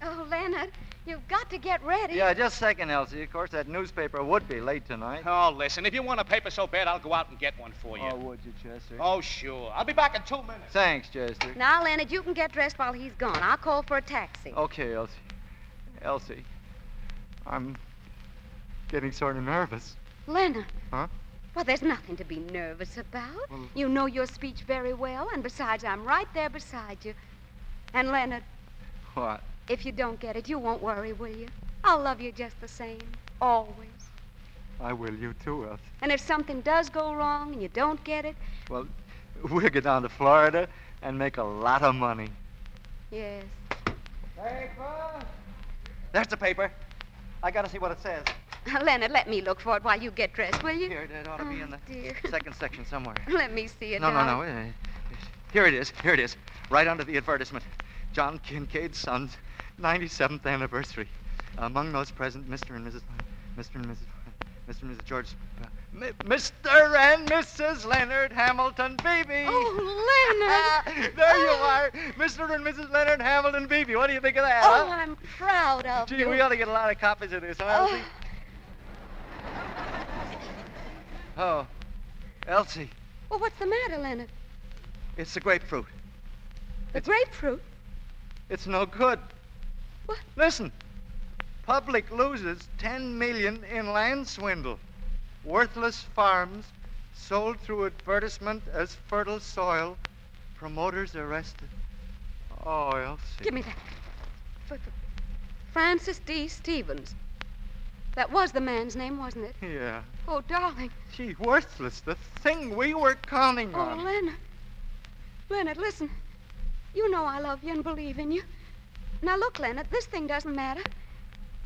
Speaker 6: Oh, Leonard, you've got to get ready.
Speaker 5: Yeah, just a second, Elsie. Of course, that newspaper would be late tonight.
Speaker 7: Oh, listen, if you want a paper so bad, I'll go out and get one for you.
Speaker 5: Oh, would you, Chester?
Speaker 7: Oh, sure. I'll be back in two minutes.
Speaker 5: Thanks, Chester.
Speaker 6: Now, Leonard, you can get dressed while he's gone. I'll call for a taxi.
Speaker 5: Okay, Elsie. Elsie, I'm getting sort of nervous.
Speaker 6: Leonard,
Speaker 5: Huh?
Speaker 6: well, there's nothing to be nervous about. You know your speech very well, and besides, I'm right there beside you. And, Leonard,
Speaker 5: What?
Speaker 6: if you don't get it, you won't worry, will you? I'll love you just the same, always.
Speaker 5: I will you too, Elsie.
Speaker 6: And if something does go wrong and you don't get it,
Speaker 5: Well, we'll go down to Florida and make a lot of money.
Speaker 6: yes.
Speaker 5: There's the paper. I gotta see what it says.
Speaker 6: Leonard, let me look for it while you get dressed, will you? Here,
Speaker 5: it ought to
Speaker 6: be in the. Dear.
Speaker 5: Second section somewhere.
Speaker 6: Let me see it.
Speaker 5: No, no,
Speaker 6: darling.
Speaker 5: no. wait a minute. Here it is. Here it is. Right under the advertisement. John Kincaid's son's 97th anniversary. Among those present, Mr. and Mrs. Mr. and Mrs. Mr. and Mrs. George. Mi- Mr. and Mrs. Leonard Hamilton Beebe.
Speaker 6: Oh,
Speaker 5: Leonard! there you are, Mr. and Mrs. Leonard Hamilton Beebe. What do you think of that?
Speaker 6: Oh,
Speaker 5: huh?
Speaker 6: I'm proud of
Speaker 5: Gee,
Speaker 6: you.
Speaker 5: we ought to get a lot of copies of this, huh,
Speaker 6: Oh,
Speaker 5: Elsie? Oh, Elsie,
Speaker 6: well, what's the matter, Leonard?
Speaker 5: it's the grapefruit.
Speaker 6: The grapefruit?
Speaker 5: It's no good.
Speaker 6: What?
Speaker 5: Listen. Public loses 10 million in land swindle. Worthless farms,
Speaker 9: Sold through advertisement as fertile soil. Promoters arrested. Oh, Elsie.
Speaker 6: Give me that. F- F- Francis D. Stevens. That was the man's name, wasn't it?
Speaker 9: Yeah.
Speaker 6: Oh, darling.
Speaker 9: Gee, worthless. The thing we were counting
Speaker 6: Oh,
Speaker 9: on.
Speaker 6: Leonard. Leonard, listen. You know I love you and believe in you. Now, look, Leonard, this thing doesn't matter.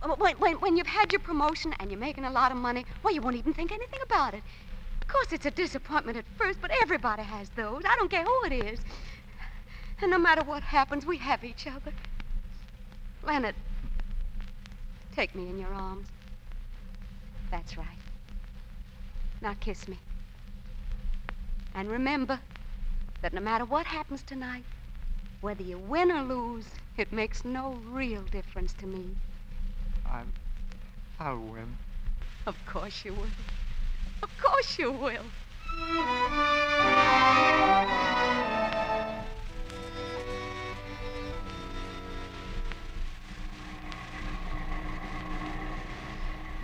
Speaker 6: Uh, When, when, when you've had your promotion and you're making a lot of money, well, you won't even think anything about it. Of course, it's a disappointment at first, but everybody has those. I don't care who it is. And no matter what happens, we have each other. Leonard, take me in your arms. That's right. Now kiss me. And remember that no matter what happens tonight, whether you win or lose, it makes no real difference to me.
Speaker 9: I'm. I'll win.
Speaker 6: Of course you will. Of course you will.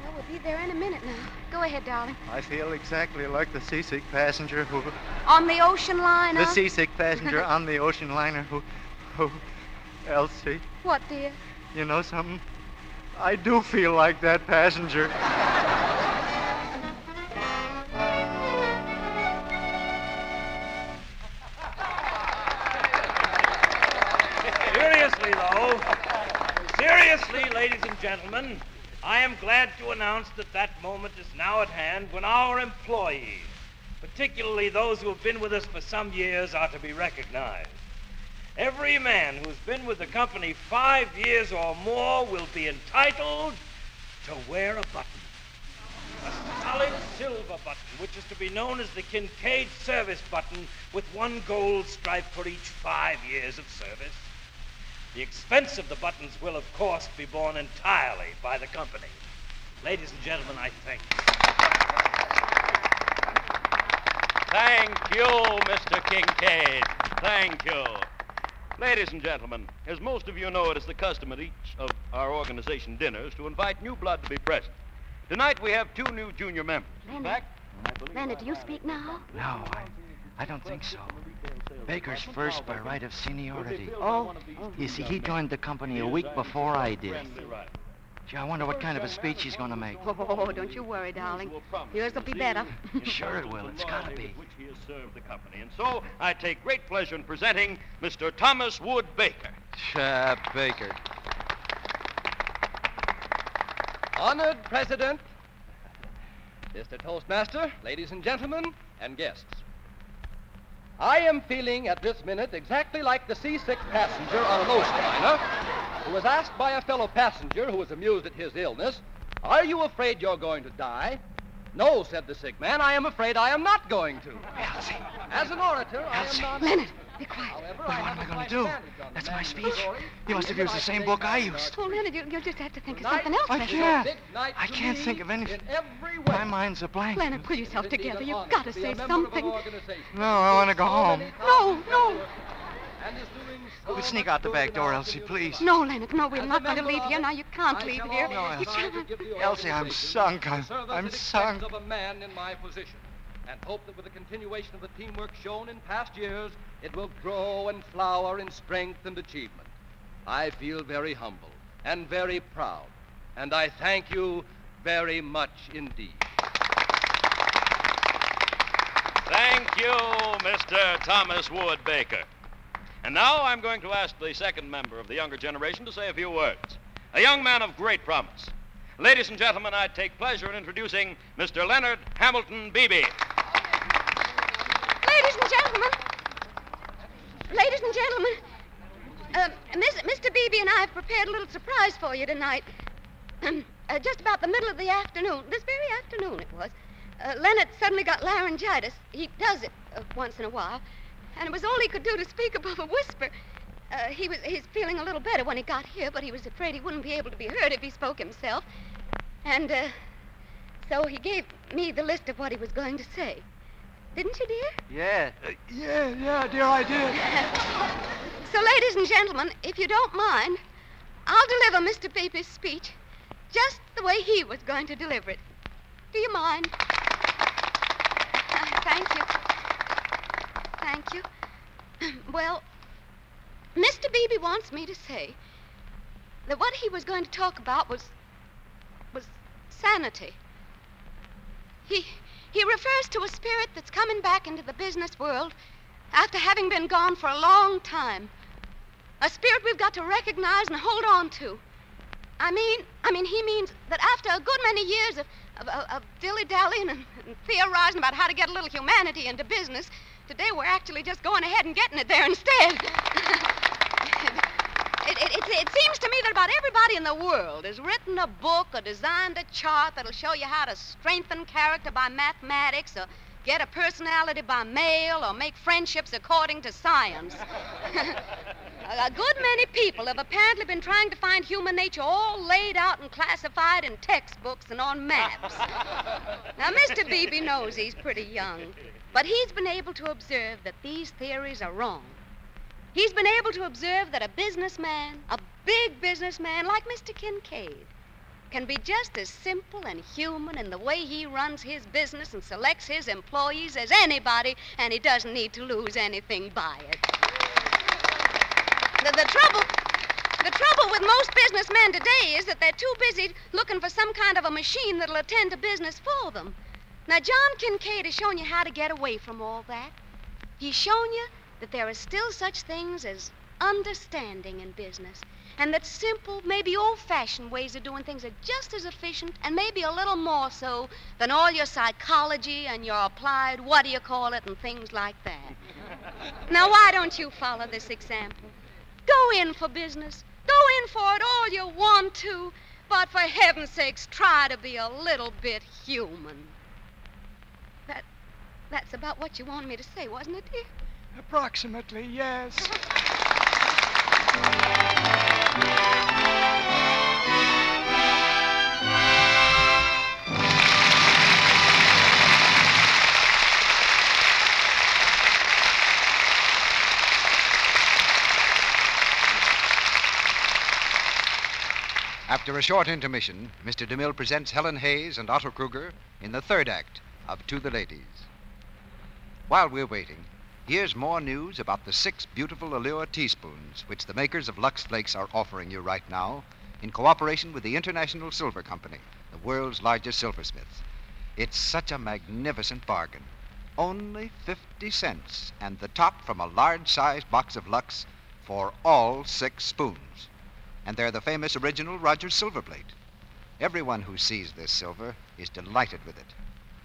Speaker 6: Well, we'll be there in a minute now. Go ahead, darling.
Speaker 9: I feel exactly like the seasick passenger who.
Speaker 6: On the ocean line,
Speaker 9: The
Speaker 6: huh?
Speaker 9: seasick passenger on the ocean liner who. who. Elsie,
Speaker 6: What, dear?
Speaker 9: you know something? I do feel like that passenger.
Speaker 3: Seriously, though, seriously, ladies and gentlemen, I am glad to announce that that moment is now at hand when our employees, particularly those who have been with us for some years, are to be recognized. Every man who's been with the company five years or more will be entitled to wear a button. A solid silver button, which is to be known as the Kincaid Service Button, with one gold stripe for each five years of service. The expense of the buttons will, of course, be borne entirely by the company. Ladies and gentlemen, I thank you.
Speaker 2: Thank you, Mr. Kincaid. Thank you. Ladies and gentlemen, as most of you know, it is the custom at each of our organization dinners to invite new blood to be present. Tonight we have two new junior members. In
Speaker 6: Leonard.
Speaker 2: fact,
Speaker 6: Leonard, do you speak now?
Speaker 12: No, I, I don't think so. Baker's first by right of seniority.
Speaker 6: Oh.
Speaker 12: You see, he joined the company a week before I did. Gee, I wonder what kind of a speech he's going to make.
Speaker 6: Oh, don't you worry, darling. Yours will be better.
Speaker 12: Sure it will. It's got to be.
Speaker 2: which he has served the company. And so I take great pleasure in presenting Mr. Thomas Wood Baker.
Speaker 12: Chap Baker.
Speaker 16: Honored President, Mr. Toastmaster, ladies and gentlemen, and guests. I am feeling at this minute exactly like the seasick passenger on an ocean liner who was asked by a fellow passenger who was amused at his illness, Are you afraid you're going to die? No, said the sick man, I am afraid I am not going to. As an orator, I am not.
Speaker 6: Leonard, be quiet.
Speaker 16: what am I going to do? That's my speech.
Speaker 12: You must have used the same book I used.
Speaker 6: Oh, Leonard, you, you'll just have to think of something else.
Speaker 12: I
Speaker 6: Leonard.
Speaker 12: can't. I can't think of anything. My mind's a blank.
Speaker 6: Leonard, pull yourself together. You've got to say something.
Speaker 12: No, I want to go home.
Speaker 6: No, no,
Speaker 12: We sneak out the back door, Elsie, please.
Speaker 6: no, Leonard, no, we're not going to leave here now. You can't leave here. You can't.
Speaker 12: Elsie, I'm sunk. I'm,
Speaker 16: Serve the
Speaker 12: I'm
Speaker 16: civic
Speaker 12: sunk.
Speaker 16: sense of a man in my position, and hope that with the continuation of the teamwork shown in past years, it will grow and flower in strength and achievement. I feel very humble and very proud, and I thank you very much indeed.
Speaker 2: Thank you, Mr. Thomas Wood Baker. And now I'm going to ask the second member of the younger generation to say a few words. A young man of great promise. Ladies and gentlemen, I take pleasure in introducing Mr. Leonard Hamilton Beebe.
Speaker 6: Ladies and gentlemen, ladies and gentlemen, uh, Miss, Mr. Beebe and I have prepared a little surprise for you tonight. Um, uh, just about the middle of the afternoon, this very afternoon it was, uh, Leonard suddenly got laryngitis. He does it uh, once in a while, and it was all he could do to speak above a whisper. Uh, he was he's feeling a little better when he got here, but he was afraid he wouldn't be able to be heard if he spoke himself, and uh, so he gave me the list of what he was going to say. Didn't you, dear?
Speaker 9: Yeah. Uh, yeah, yeah, dear, I did.
Speaker 6: So, ladies and gentlemen, if you don't mind, I'll deliver Mr. Beebe's speech just the way he was going to deliver it. Do you mind? Uh, Thank you. Thank you. Well, Mr. Beebe wants me to say that what he was going to talk about was was sanity. He he refers to a spirit that's coming back into the business world after having been gone for a long time. A spirit we've got to recognize and hold on to. I mean, I mean, he means that after a good many years of, of, of, of dilly-dallying and, and theorizing about how to get a little humanity into business, today we're actually just going ahead and getting it there instead. It, it, it, it seems to me that about everybody in the world has written a book or designed a chart that'll show you how to strengthen character by mathematics or get a personality by mail or make friendships according to science. a a good many people have apparently been trying to find human nature all laid out and classified in textbooks and on maps. now, Mr. Beebe knows he's pretty young, but he's been able to observe that these theories are wrong. He's been able to observe that a businessman, a big businessman like Mr. Kincaid, can be just as simple and human in the way he runs his business and selects his employees as anybody, and he doesn't need to lose anything by it. The, the trouble. The trouble with most businessmen today is that they're too busy looking for some kind of a machine that'll attend to business for them. Now, John Kincaid has shown you how to get away from all that. He's shown you that there are still such things as understanding in business, and that simple, maybe old fashioned ways of doing things are just as efficient and maybe a little more so than all your psychology and your applied what do you call it and things like that. now, why don't you follow this example? Go in for business, go in for it all you want to, but for heaven's sakes, try to be a little bit human. That, that's about what you wanted me to say, wasn't it, dear?
Speaker 17: Approximately, yes.
Speaker 12: After a short intermission, Mr. DeMille presents Helen Hayes and Otto Kruger in the third act of To the Ladies. While we're waiting, here's more news about the six beautiful Allure teaspoons which the makers of Lux Flakes are offering you right now in cooperation with the International Silver Company, the world's largest silversmith. It's such a magnificent bargain. Only 50 cents and the top from a large sized box of Lux for all six spoons. And they're the famous original Rogers silver plate. Everyone who sees this silver is delighted with it.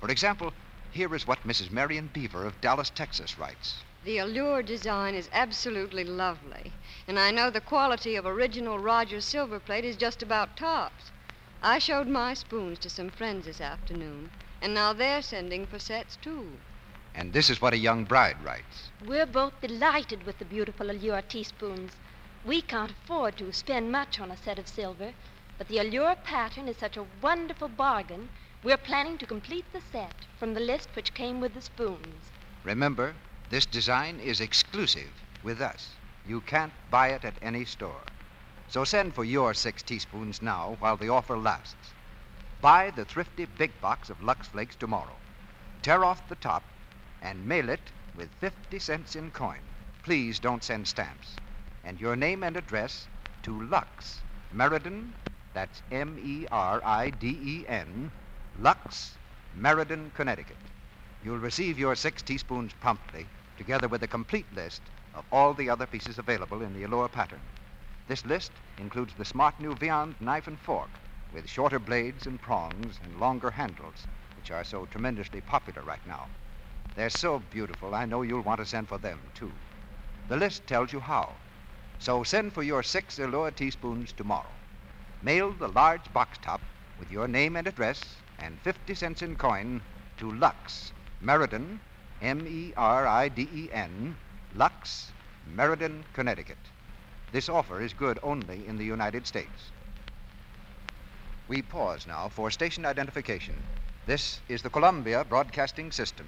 Speaker 12: For example, here is what Mrs. Marion Beaver of Dallas, Texas writes.
Speaker 18: The Allure design is absolutely lovely, and I know the quality of original Rogers silver plate is just about tops. I showed my spoons to some friends this afternoon, and now they're sending for sets, too.
Speaker 12: And this is what a young bride writes.
Speaker 19: We're both delighted with the beautiful Allure teaspoons. We can't afford to spend much on a set of silver, but the Allure pattern is such a wonderful bargain, we're planning to complete the set from the list which came with the spoons.
Speaker 12: Remember, this design is exclusive with us. You can't buy it at any store. So send for your six teaspoons now while the offer lasts. Buy the thrifty big box of Lux Flakes tomorrow. Tear off the top and mail it with 50 cents in coin. Please don't send stamps. And your name and address to Lux, Meriden, that's M E R I D E N, Lux, Meriden, Connecticut. You'll receive your six teaspoons promptly, together with a complete list of all the other pieces available in the Allure pattern. This list includes the smart new Viand knife and fork, with shorter blades and prongs and longer handles, which are so tremendously popular right now. They're so beautiful, I know you'll want to send for them, too. The list tells you how. So send for your six Allure teaspoons tomorrow. Mail the large box top with your name and address and 50 cents in coin to Lux, Meriden, M E R I D E N, Lux, Meriden, Connecticut. This offer is good only in the United States. We pause now for station identification. This is the Columbia Broadcasting System.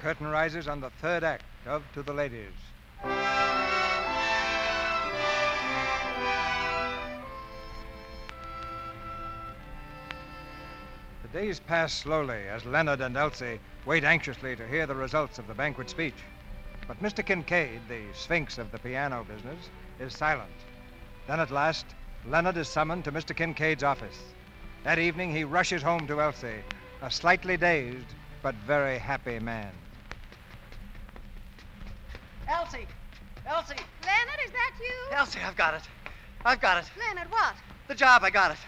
Speaker 1: curtain rises on the third act of To the Ladies. The days pass slowly as Leonard and Elsie wait anxiously to hear the results of the banquet speech. But Mr. Kincaid, the sphinx of the piano business, is silent. Then at last, Leonard is summoned to Mr. Kincaid's office. That evening, he rushes home to Elsie, a slightly dazed but very happy man.
Speaker 9: Elsie! Elsie!
Speaker 6: Leonard, is that you?
Speaker 9: Elsie, I've got it. I've got it.
Speaker 6: Leonard, what?
Speaker 9: The job, I got it.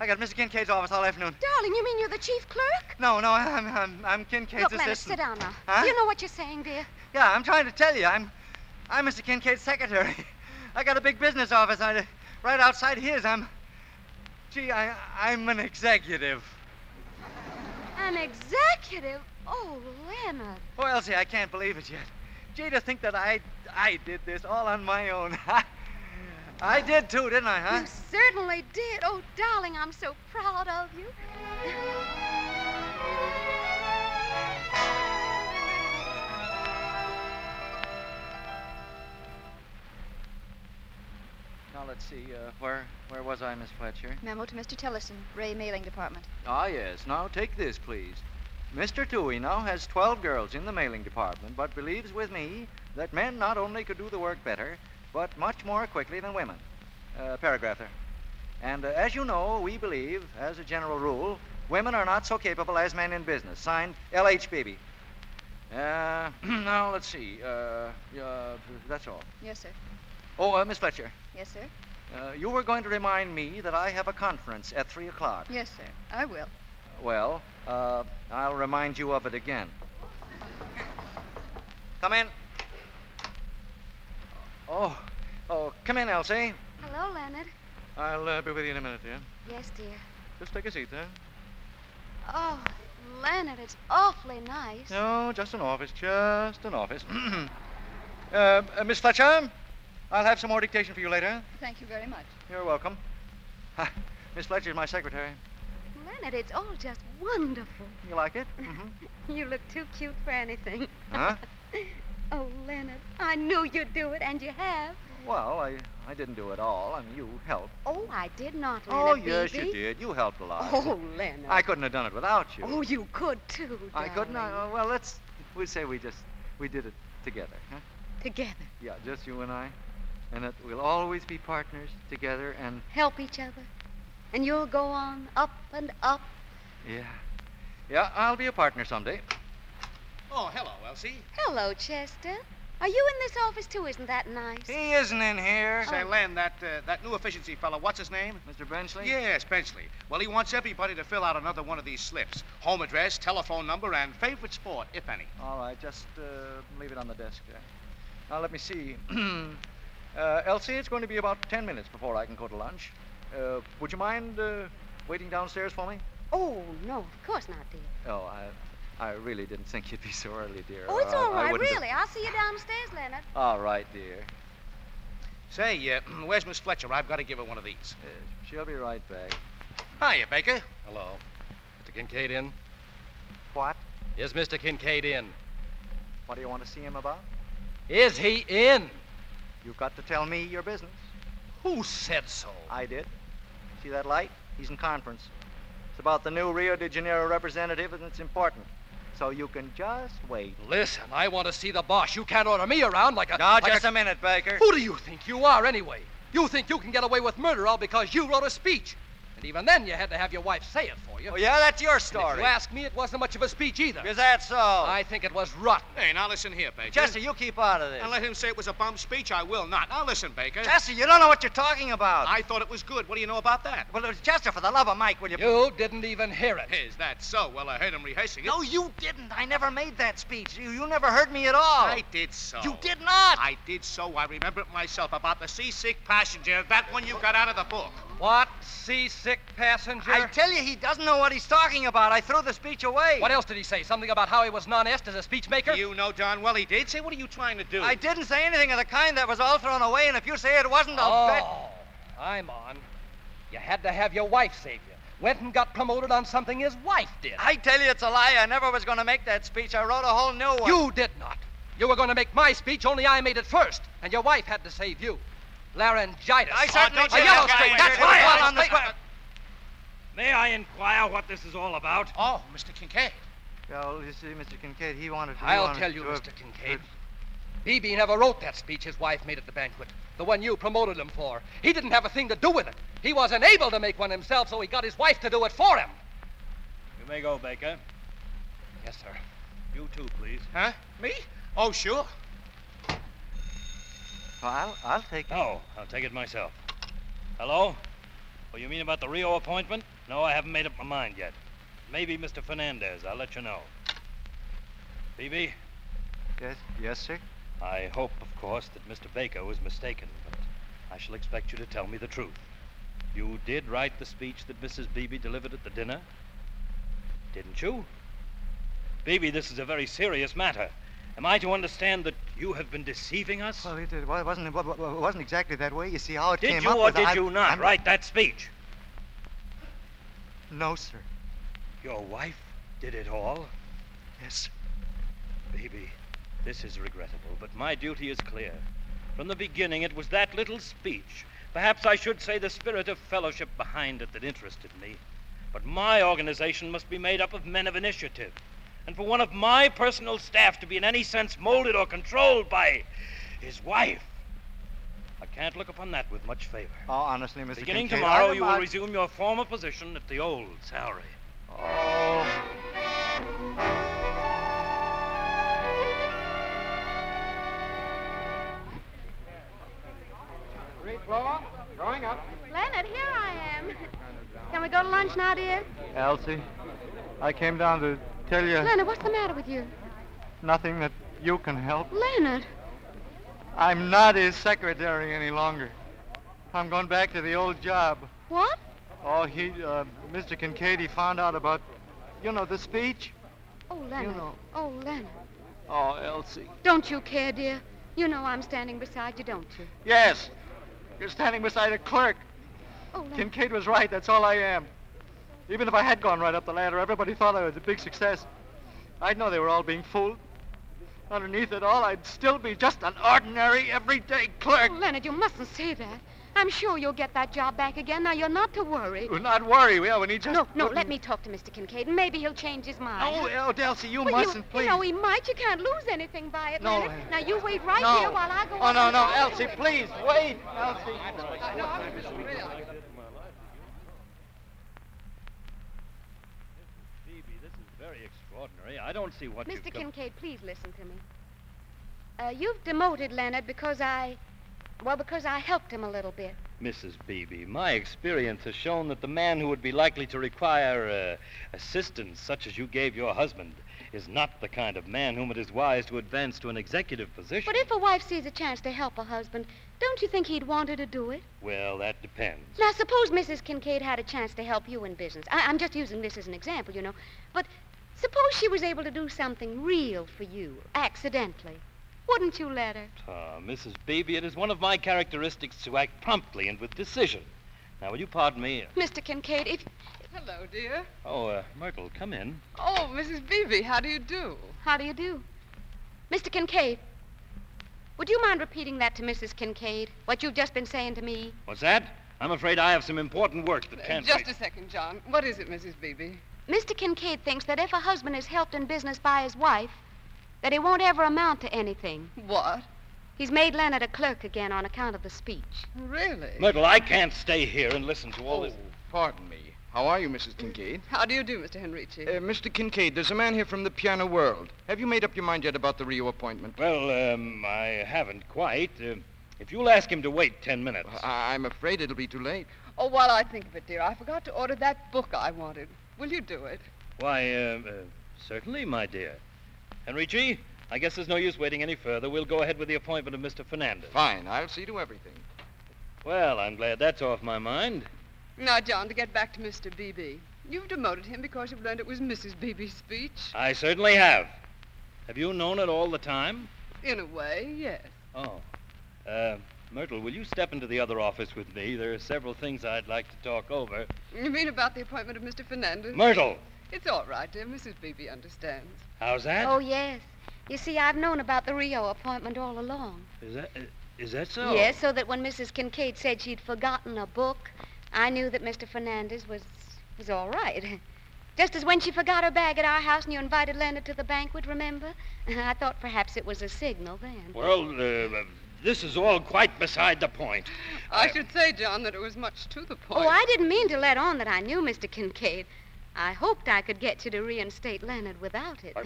Speaker 9: I got Mr. Kincaid's office all afternoon.
Speaker 6: Darling, you mean you're the chief clerk?
Speaker 9: No, no, I'm, I'm, I'm Kincaid's
Speaker 6: Look,
Speaker 9: assistant.
Speaker 6: Leonard, sit down now.
Speaker 9: Huh?
Speaker 6: You know what you're saying, dear?
Speaker 9: Yeah, I'm trying to tell you. I'm, I'm Mr. Kincaid's secretary. I got a big business office I, right outside his. I'm, gee, I, I'm an executive.
Speaker 6: An executive? Oh, Leonard.
Speaker 9: Oh, Elsie, I can't believe it yet. Gee, to think that I, I did this all on my own. I, I did too, didn't I, huh?
Speaker 6: You certainly did. Oh, darling, I'm so proud of you.
Speaker 9: Now let's see. Uh, where, where was I, Miss Fletcher?
Speaker 20: Memo to Mr. Tillison, Ray Mailing Department.
Speaker 5: Ah, yes. Now take this, please. Mr. Toohey now has 12 girls in the mailing department, but believes with me that men not only could do the work better, but much more quickly than women. Uh, paragraph there. And uh, as you know, we believe, as a general rule, women are not so capable as men in business. Signed, L.H. Beebe. Uh, now, let's see. Uh, uh, that's all.
Speaker 20: Yes, sir.
Speaker 5: Oh, uh, Miss Fletcher,
Speaker 20: Yes, sir.
Speaker 5: uh, you were going to remind me that I have a conference at 3 o'clock.
Speaker 20: Yes, sir. I will.
Speaker 5: Well, uh, I'll remind you of it again. Come in. Oh, oh, come in, Elsie.
Speaker 6: Hello, Leonard.
Speaker 5: I'll uh, be with you in a minute, dear.
Speaker 6: Yes, dear.
Speaker 5: Just take a seat there.
Speaker 6: Oh, Leonard, it's awfully nice.
Speaker 5: No, just an office, just an office. uh, uh, Miss Fletcher, I'll have some more dictation for you later.
Speaker 20: Thank you very much.
Speaker 5: You're welcome. Ha, Miss Fletcher's my secretary.
Speaker 6: Leonard, it's all just wonderful.
Speaker 5: You like it? Mm-hmm.
Speaker 6: You look too cute for anything.
Speaker 5: Huh?
Speaker 6: Oh, Leonard, I knew you'd do it, and you have.
Speaker 5: Well, I, I didn't do it all. I mean, you helped.
Speaker 6: Oh, I did not, Leonard.
Speaker 5: Oh, yes, you
Speaker 6: baby.
Speaker 5: did. You helped a lot.
Speaker 6: Oh, Leonard.
Speaker 5: I couldn't have done it without you.
Speaker 6: Oh, you could too. Darling.
Speaker 5: I couldn't. I, well, let's. We say we just we did it together, huh?
Speaker 6: Together,
Speaker 5: Yeah, just you and I, and that we'll always be partners together. And
Speaker 6: help each other, and you'll go on up and up.
Speaker 5: yeah, yeah, I'll be a partner someday.
Speaker 7: Oh, hello, Elsie.
Speaker 6: Hello, Chester. Are you in this office too? Isn't that nice?
Speaker 5: He isn't in here.
Speaker 7: Say,
Speaker 6: Oh.
Speaker 7: Len, that uh, that new efficiency fellow, what's his name?
Speaker 5: Mr. Benchley.
Speaker 7: Yes, Benchley. Well, he wants everybody to fill out another one of these slips: home address, telephone number, and favorite sport, if any.
Speaker 5: All right, just uh, leave it on the desk there. Now let me see. uh, Elsie, it's going to be about ten minutes before I can go to lunch. Uh, would you mind uh, waiting downstairs for me?
Speaker 6: Oh no, of course not, dear.
Speaker 5: Oh, I, I really didn't think you'd be so early, dear. Uh,
Speaker 6: Oh, it's
Speaker 5: I-
Speaker 6: all
Speaker 5: I
Speaker 6: right,
Speaker 5: wouldn't have-
Speaker 6: really. I'll see you downstairs, Leonard.
Speaker 5: All right, dear.
Speaker 7: Say, uh, where's Miss Fletcher? I've got to give her one of these.
Speaker 5: Uh, she'll be right back.
Speaker 7: Hiya, Baker.
Speaker 16: Hello. Mr. Kincaid in?
Speaker 5: What?
Speaker 16: Is Mr. Kincaid in?
Speaker 5: What do you want to see him about?
Speaker 16: Is he in?
Speaker 5: You've got to tell me your business.
Speaker 7: Who said so?
Speaker 5: I did. See that light? He's in conference. It's about the new Rio de Janeiro representative, and it's important. So you can just wait.
Speaker 16: Listen, I want to see the boss. You can't order me around like a.
Speaker 5: Now,
Speaker 16: like
Speaker 5: just a minute, Baker.
Speaker 16: Who do you think you are, anyway? You think you can get away with murder all because you wrote a speech. And even then, you had to have your wife say it for you.
Speaker 5: Oh, yeah, that's your
Speaker 16: And if
Speaker 5: story.
Speaker 16: you ask me, it wasn't much of a speech either.
Speaker 5: Is that so?
Speaker 16: I think it was rotten.
Speaker 7: Hey, now listen here, Baker.
Speaker 5: Chester, you keep out of this.
Speaker 7: And let him say it was a bum speech. I will not. Now listen, Baker.
Speaker 5: Chester, you don't know what you're talking about.
Speaker 7: I thought it was good. What do you know about that?
Speaker 5: Well, uh, Chester, for the love of Mike, will you...
Speaker 16: You didn't even hear it.
Speaker 7: Is that so? Well, I heard him rehearsing it.
Speaker 5: No, you didn't. I never made that speech. You, you never heard me at all.
Speaker 7: I did so.
Speaker 5: You did not.
Speaker 7: I did so. I remember it myself about the seasick passenger. That one you got out of the book.
Speaker 16: What seasick passenger?
Speaker 5: I tell you, he doesn't know what he's talking about. I threw the speech away.
Speaker 16: What else did he say? Something about how he was non-est as a speechmaker?
Speaker 7: You know darn well he did. Say, what are you trying to do?
Speaker 5: I didn't say anything of the kind. That was all thrown away.
Speaker 3: Oh.
Speaker 5: And if you say it wasn't, I'll bet.
Speaker 16: Oh, I'm on. You had to have your wife save you. went and got promoted on something his wife did.
Speaker 5: I tell you, it's a lie. I never was going to make that speech. I wrote a whole new one.
Speaker 16: You did not. You were going to make my speech, only I made it first, and your wife had to save you. Laryngitis.
Speaker 5: I certainly
Speaker 16: A
Speaker 5: did.
Speaker 16: yellow
Speaker 5: Guy,
Speaker 16: streak.
Speaker 5: you're
Speaker 16: That's
Speaker 5: doing
Speaker 16: why
Speaker 5: well
Speaker 16: I
Speaker 5: on the square.
Speaker 3: May I inquire what this is all about?
Speaker 7: Oh, Mr. Kincaid.
Speaker 9: Well, you see, Mr. Kincaid, he wanted to. uh,
Speaker 16: I'll tell you, Mr. Kincaid. BB never wrote that speech his wife made at the banquet, the one you promoted him for. He didn't have a thing to do with it. He wasn't able to make one himself, so he got his wife to do it for him.
Speaker 3: You may go, Baker.
Speaker 16: Yes, sir.
Speaker 3: You too, please.
Speaker 7: Huh? Me? Oh, sure.
Speaker 9: I'll, I'll take it.
Speaker 3: No, I'll take it myself. Hello? Oh, you mean about the Rio appointment? No, I haven't made up my mind yet. Maybe Mr. Fernandez. I'll let you know. BB?
Speaker 9: Yes, yes, sir.
Speaker 3: I hope, of course, that Mr. Baker was mistaken, but I shall expect you to tell me the truth. You did write the speech that Mrs. Beebe delivered at the dinner? Didn't you? Beebe, this is a very serious matter. Am I to understand that you have been deceiving us?
Speaker 9: Well, it, it wa- wasn't it wa- wa- wasn't exactly that way. You see how it
Speaker 3: Did
Speaker 9: came
Speaker 3: you
Speaker 9: up
Speaker 3: or
Speaker 9: was
Speaker 3: did
Speaker 9: I-
Speaker 3: you not
Speaker 9: I'm-
Speaker 3: write that speech?
Speaker 9: No, sir.
Speaker 3: Your wife did it all?
Speaker 9: Yes.
Speaker 3: Baby, this is regrettable, but my duty is clear. From the beginning, it was that little speech. Perhaps I should say the spirit of fellowship behind it that interested me. But my organization must be made up of men of initiative. And for one of my personal staff to be in any sense molded or controlled by his wife, I can't look upon that with much favor.
Speaker 9: Oh, honestly, Mr.
Speaker 3: Beginning
Speaker 9: Kincaid, I
Speaker 3: tomorrow,
Speaker 9: am
Speaker 3: you will
Speaker 9: not-
Speaker 3: resume your former position at the old salary.
Speaker 9: Oh.
Speaker 10: Three floor, going up.
Speaker 6: Leonard, here I am. Can we go to lunch now, dear?
Speaker 9: Elsie, I came down to tell you
Speaker 6: Leonard, what's the matter with you?
Speaker 9: nothing that you can help.
Speaker 6: Leonard.
Speaker 9: I'm not his secretary any longer. I'm going back to the old job.
Speaker 6: What?
Speaker 9: Oh, he, uh, Mr. Kincaid, he found out about, you know, the speech.
Speaker 6: Oh, Leonard.
Speaker 9: know.
Speaker 6: Oh, Leonard.
Speaker 9: Oh, Elsie.
Speaker 6: Don't you care, dear? You know I'm standing beside you, don't you?
Speaker 9: Yes, you're standing beside a clerk.
Speaker 6: Oh, Leonard.
Speaker 9: Kincaid was right. That's all I am. Even if I had gone right up the ladder, everybody thought I was a big success. I'd know they were all being fooled. Underneath it all, I'd still be just an ordinary, everyday clerk.
Speaker 6: Oh, Leonard, you mustn't say that. I'm sure you'll get that job back again. Now, you're not to worry.
Speaker 9: Well, Not worry. Well, when he just.
Speaker 6: No, no, let me talk to Mr. Kincaid, and maybe he'll change his mind.
Speaker 9: Oh, El Delcy, you
Speaker 6: Well,
Speaker 9: mustn't,
Speaker 6: You,
Speaker 9: please.
Speaker 6: know he might. You can't lose anything by it,
Speaker 9: No,
Speaker 6: Leonard. Now, you wait right
Speaker 9: no.
Speaker 6: here while I go
Speaker 9: Oh,
Speaker 6: out
Speaker 9: no,
Speaker 6: and
Speaker 9: no,
Speaker 6: talk to
Speaker 9: Elsie,
Speaker 6: him.
Speaker 9: please, wait. Elsie.
Speaker 3: Phoebe, this is very extraordinary. I don't see what
Speaker 6: Mr. Kincaid, please listen to me. Uh, you've demoted Leonard because I, well, because I helped him a little bit.
Speaker 3: Mrs. Beebe, my experience has shown that the man who would be likely to require uh, assistance such as you gave your husband is not the kind of man whom it is wise to advance to an executive position.
Speaker 6: But if a wife sees a chance to help her husband, don't you think he'd want her to do it?
Speaker 3: Well, that depends.
Speaker 6: Now, suppose Mrs. Kincaid had a chance to help you in business. I- I'm just using this as an example, you know. But suppose she was able to do something real for you, accidentally. Wouldn't you let her?
Speaker 3: Ah, Mrs. Beebe, it is one of my characteristics to act promptly and with decision. Now, will you pardon me?
Speaker 8: Mr. Kincaid, if. Hello, dear.
Speaker 3: Oh, uh, Myrtle, come in.
Speaker 8: Oh, Mrs. Beebe, how do you do?
Speaker 6: How do you do? Mr. Kincaid, would you mind repeating that to Mrs. Kincaid? What you've just been saying to me?
Speaker 3: What's that? I'm afraid I have some important work that can't
Speaker 8: Just a
Speaker 3: wait.
Speaker 8: second, John. What is it, Mrs. Beebe?
Speaker 6: Mr. Kincaid thinks that if a husband is helped in business by his wife, that he won't ever amount to anything.
Speaker 8: What?
Speaker 6: He's made Leonard a clerk again on account of the speech.
Speaker 8: Really?
Speaker 3: Myrtle, I can't stay here and listen to all this.
Speaker 21: Oh, Pardon me. How are you, Mrs. Kincaid?
Speaker 8: How do you do, Mr. Henrici?
Speaker 21: Uh, Mr. Kincaid, there's a man here from the piano world. Have you made up your mind yet about the Rio appointment?
Speaker 3: Well, um, I haven't quite. Uh, if you'll ask him to wait ten minutes.
Speaker 21: I- I'm afraid it'll be too late.
Speaker 8: Oh, while I think of it, dear, I forgot to order that book I wanted. Will you do it?
Speaker 3: Why, uh, uh, certainly, my dear. Henrici, I guess there's no use waiting any further. We'll go ahead with the appointment of Mr. Fernandez.
Speaker 21: Fine. I'll see to everything.
Speaker 3: Well, I'm glad that's off my mind.
Speaker 8: Now, John, to get back to Mr. Beebe. You've demoted him because you've learned it was Mrs. Beebe's speech.
Speaker 3: I certainly have. Have you known it all the time?
Speaker 8: In a way, yes.
Speaker 3: Oh. Uh, Myrtle, will you step into the other office with me? There are several things I'd like to talk over.
Speaker 8: You mean about the appointment of Mr. Fernandez?
Speaker 3: Myrtle!
Speaker 8: It's all right, dear. Mrs. Beebe understands.
Speaker 3: How's that?
Speaker 6: Oh, yes. You see, I've known about the Rio appointment all along.
Speaker 3: Is that, uh, is that so?
Speaker 6: Yes, so that when Mrs. Kincaid said she'd forgotten a book, I knew that Mr. Fernandez was was all right. Just as when she forgot her bag at our house and you invited Leonard to the banquet, remember? I thought perhaps it was a signal then.
Speaker 3: Well, uh, this is all quite beside the point.
Speaker 8: I should say, John, that it was much to the point.
Speaker 6: Oh, I didn't mean to let on that I knew Mr. Kincaid. I hoped I could get you to reinstate Leonard without it.
Speaker 3: Uh,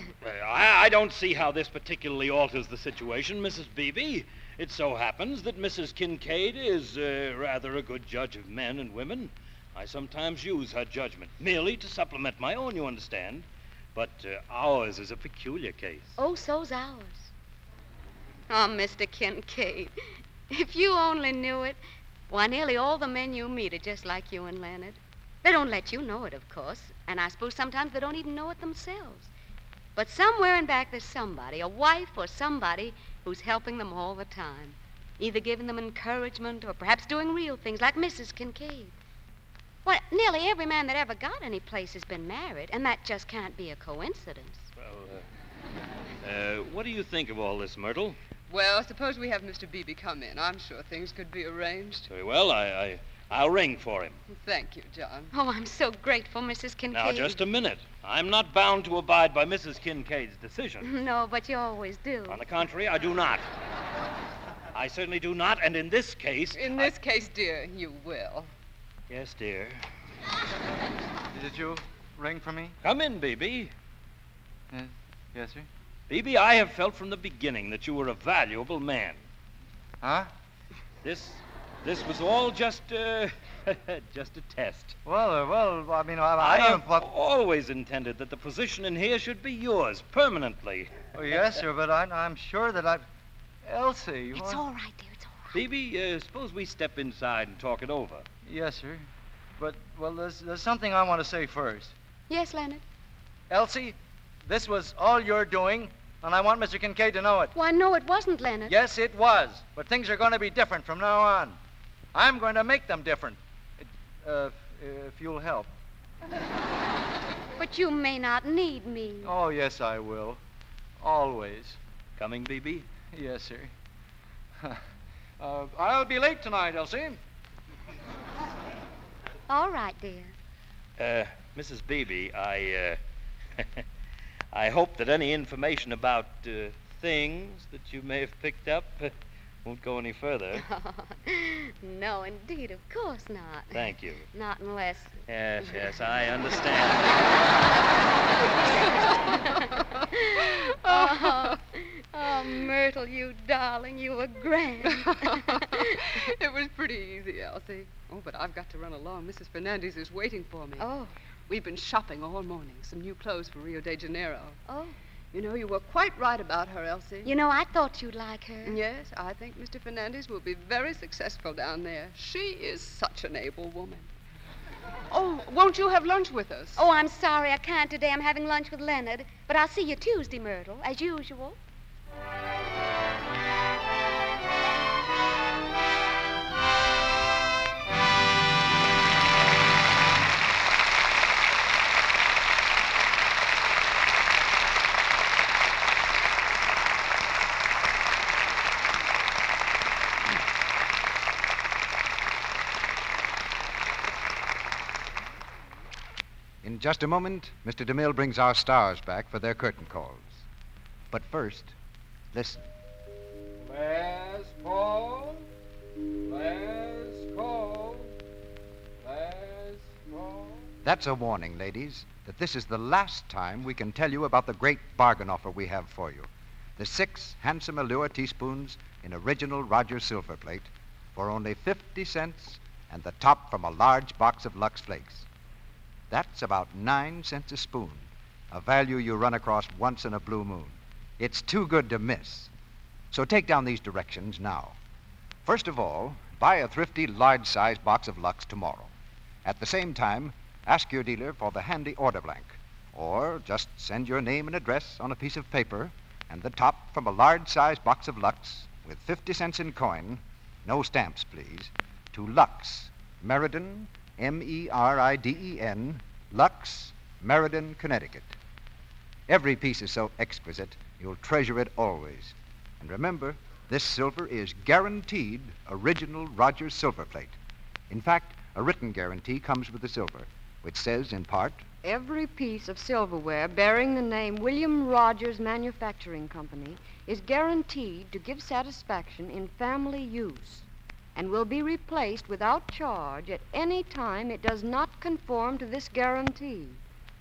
Speaker 3: I, I don't see how this particularly alters the situation, Mrs. Beebe. It so happens that Mrs. Kincaid is uh, rather a good judge of men and women. I sometimes use her judgment, merely to supplement my own, you understand. But uh, ours is a peculiar case.
Speaker 6: Oh, so's ours. Oh, Mr. Kincaid, if you only knew it, why, nearly all the men you meet are just like you and Leonard. They don't let you know it, of course, and I suppose sometimes they don't even know it themselves. But somewhere in back, there's somebody, a wife or somebody, who's helping them all the time, either giving them encouragement or perhaps doing real things like Mrs. Kincaid. Well, nearly every man that ever got any place has been married, and that just can't be a coincidence.
Speaker 3: Well, uh, uh, what do you think of all this, Myrtle?
Speaker 8: Well, suppose we have Mr. Beebe come in. I'm sure things could be arranged.
Speaker 3: Very well, I, I, I'll ring for him.
Speaker 8: Thank you, John.
Speaker 6: Oh, I'm so grateful, Mrs. Kincaid.
Speaker 3: Now, just a minute. I'm not bound to abide by Mrs. Kincaid's decision.
Speaker 6: No, but you always do.
Speaker 3: On the contrary, I do not. I certainly do not, and in this case.
Speaker 8: In this case, dear, you will.
Speaker 3: Yes, dear.
Speaker 5: Did you ring for me?
Speaker 3: Come in, Beebe.
Speaker 5: Yes, yes sir.
Speaker 3: Beebe, I have felt from the beginning that you were a valuable man.
Speaker 5: Huh?
Speaker 3: This this was all just uh, just a test.
Speaker 5: Well, uh, well, I mean, I,
Speaker 3: I
Speaker 5: I,
Speaker 3: have
Speaker 5: don't- what-
Speaker 3: always intended that the position in here should be yours permanently.
Speaker 5: Oh, yes, sir, but I, I'm sure that I've. Elsie, you
Speaker 6: It's
Speaker 5: want-
Speaker 6: all right, dear. It's all
Speaker 3: Beebe, uh, suppose we step inside and talk it over.
Speaker 5: Yes, sir. But, well, there's, there's something I want to say first.
Speaker 6: Yes, Leonard.
Speaker 5: Elsie, this was all your doing, and I want Mr. Kincaid to know it.
Speaker 6: Why, no, it wasn't, Leonard.
Speaker 5: Yes, it was, but things are going to be different from now on. I'm going to make them different. It- uh, if you'll help.
Speaker 6: But you may not need me.
Speaker 5: Oh, yes, I will. Always.
Speaker 3: Coming, Beebe?
Speaker 5: Yes, sir. uh, I'll be late tonight, Elsie.
Speaker 6: All right, dear.
Speaker 3: Uh, Mrs. Beebe, I, uh, I hope that any information about uh, things that you may have picked up uh, won't go any further.
Speaker 6: no, indeed, of course not.
Speaker 3: Thank you.
Speaker 6: Not unless.
Speaker 3: Yes, yes, I understand.
Speaker 6: oh, oh, Myrtle, you darling, you were grand.
Speaker 8: It was pretty easy, Elsie. Oh, but I've got to run along. Mrs. Fernandez is waiting for me.
Speaker 6: Oh.
Speaker 8: We've been shopping all morning. Some new clothes for Rio de Janeiro.
Speaker 6: Oh.
Speaker 8: You know, you were quite right about her, Elsie.
Speaker 6: You know, I thought you'd like her.
Speaker 8: Yes, I think Mr. Fernandez will be very successful down there. She is such an able woman. Oh, won't you have lunch with us?
Speaker 6: Oh, I'm sorry I can't today. I'm having lunch with Leonard. But I'll see you Tuesday, Myrtle, as usual.
Speaker 12: In just a moment, Mr. DeMille brings our stars back for their curtain calls. But first, listen.
Speaker 1: Last call. Last call. Last call.
Speaker 12: That's a warning, ladies, that this is the last time we can tell you about the great bargain offer we have for you. The six handsome Allure teaspoons in original Roger Silver plate for only 50 cents and the top from a large box of Lux Flakes. That's about nine cents a spoon, a value you run across once in a blue moon. It's too good to miss. So take down these directions now. First of all, buy a thrifty large size box of Lux tomorrow. At the same time, ask your dealer for the handy order blank, or just send your name and address on a piece of paper and the top from a large size box of Lux with 50 cents in coin No stamps, please. To Lux, Meriden, M E R I D E N, Lux, Meriden, Connecticut. Every piece is so exquisite, you'll treasure it always. And remember, this silver is guaranteed original Rogers silver plate. In fact, a written guarantee comes with the silver, which says, in part,
Speaker 18: Every piece of silverware bearing the name William Rogers Manufacturing Company is guaranteed to give satisfaction in family use and will be replaced without charge at any time it does not conform to this guarantee.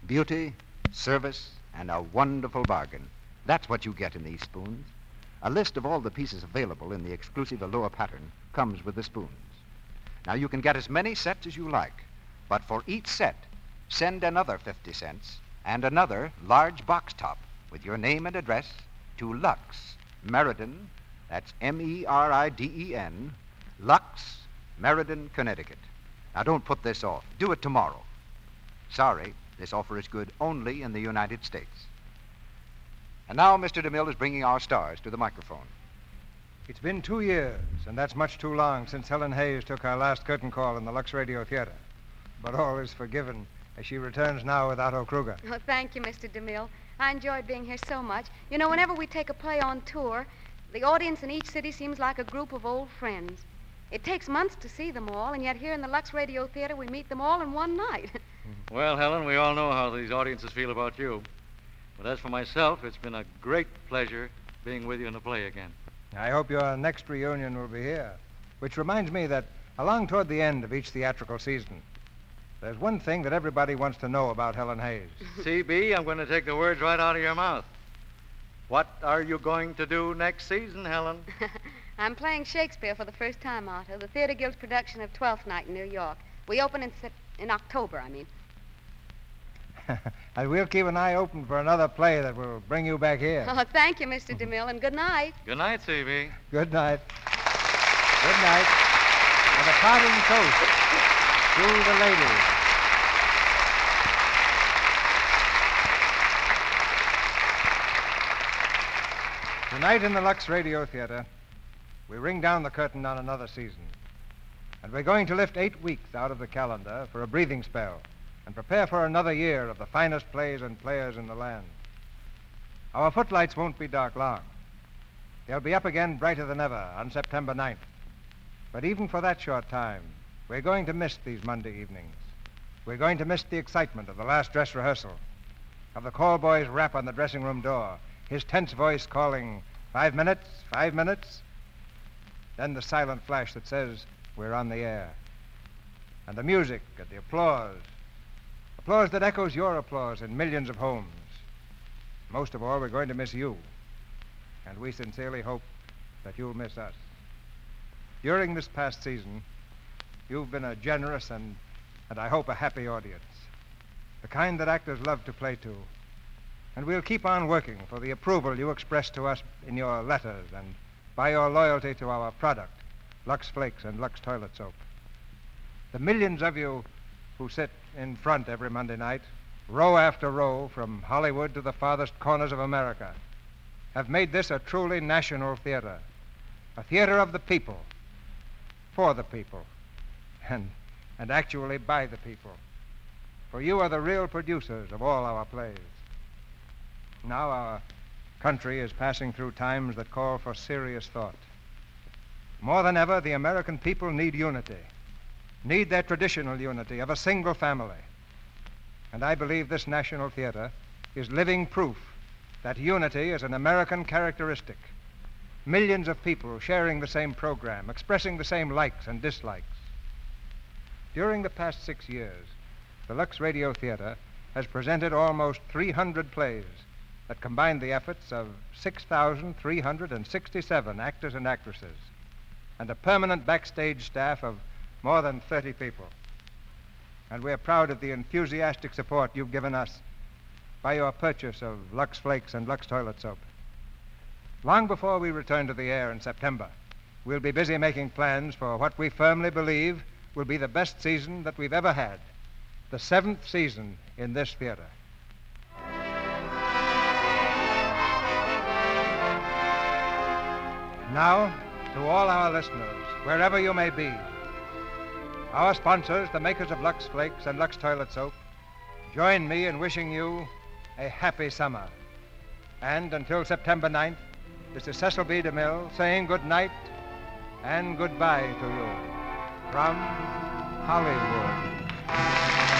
Speaker 12: beauty, service, and a wonderful bargain. That's what you get in these spoons. A list of all the pieces available in the exclusive Allure pattern comes with the spoons. Now, you can get as many sets as you like, but for each set, send another 50 cents and another large box top with your name and address to Lux Meriden, that's M E R I D E N, Lux, Meriden, Connecticut. Now, don't put this off. Do it tomorrow. Sorry, this offer is good only in the United States. And now Mr. DeMille is bringing our stars to the microphone.
Speaker 1: It's been two years, and that's much too long since Helen Hayes took our last curtain call in the Lux Radio Theater. But all is forgiven as she returns now with Otto Kruger.
Speaker 6: Oh, thank you, Mr. DeMille. I enjoyed being here so much. You know, whenever we take a play on tour, the audience in each city seems like a group of old friends. It takes months to see them all, and yet here in the Lux Radio Theater, we meet them all in one night.
Speaker 22: Well, Helen, we all know how these audiences feel about you. But as for myself, it's been a great pleasure being with you in the play again.
Speaker 1: I hope your next reunion will be here. Which reminds me that along toward the end of each theatrical season, there's one thing that everybody wants to know about Helen Hayes.
Speaker 22: CB, I'm going to take the words right out of your mouth. What are you going to do next season, Helen?
Speaker 6: I'm playing Shakespeare for the first time, Otto, the Theater Guild's production of Twelfth Night in New York. We open in, Sep- in October, I mean.
Speaker 1: And we'll keep an eye open for another play that will bring you back here.
Speaker 6: Oh, thank you, Mr. DeMille, and good night.
Speaker 22: Good night, CB.
Speaker 1: Good night. Good night. And a parting toast to the ladies. Tonight in the Lux Radio Theater, we ring down the curtain on another season. And we're going to lift eight weeks out of the calendar for a breathing spell and prepare for another year of the finest plays and players in the land. Our footlights won't be dark long. They'll be up again brighter than ever on September 9th. But even for that short time, we're going to miss these Monday evenings. We're going to miss the excitement of the last dress rehearsal, of the call boy's rap on the dressing room door, his tense voice calling, five minutes, five minutes. Then the silent flash that says, we're on the air. And the music and the applause, applause that echoes your applause in millions of homes. Most of all, we're going to miss you. And we sincerely hope that you'll miss us. During this past season, you've been a generous and, and I hope, a happy audience. The kind that actors love to play to. And we'll keep on working for the approval you express to us in your letters and by your loyalty to our product, Lux Flakes and Lux Toilet Soap. The millions of you who sit in front every Monday night, row after row, from Hollywood to the farthest corners of America, have made this a truly national theater, a theater of the people, for the people, and, and actually by the people. For you are the real producers of all our plays. Now our country is passing through times that call for serious thought. More than ever, the American people need unity need their traditional unity of a single family. And I believe this National Theater is living proof that unity is an American characteristic. Millions of people sharing the same program, expressing the same likes and dislikes. During the past six years, the Lux Radio Theater has presented almost 300 plays that combine the efforts of 6,367 actors and actresses and a permanent backstage staff of more than 30 people. And we're proud of the enthusiastic support you've given us by your purchase of Lux Flakes and Lux Toilet Soap. Long before we return to the air in September, we'll be busy making plans for what we firmly believe will be the best season that we've ever had, the seventh season in this theater. Now, to all our listeners, wherever you may be. Our sponsors, the makers of Lux Flakes and Lux Toilet Soap, join me in wishing you a happy summer. And until September 9th, this is Cecil B. DeMille saying good night and goodbye to you from Hollywood.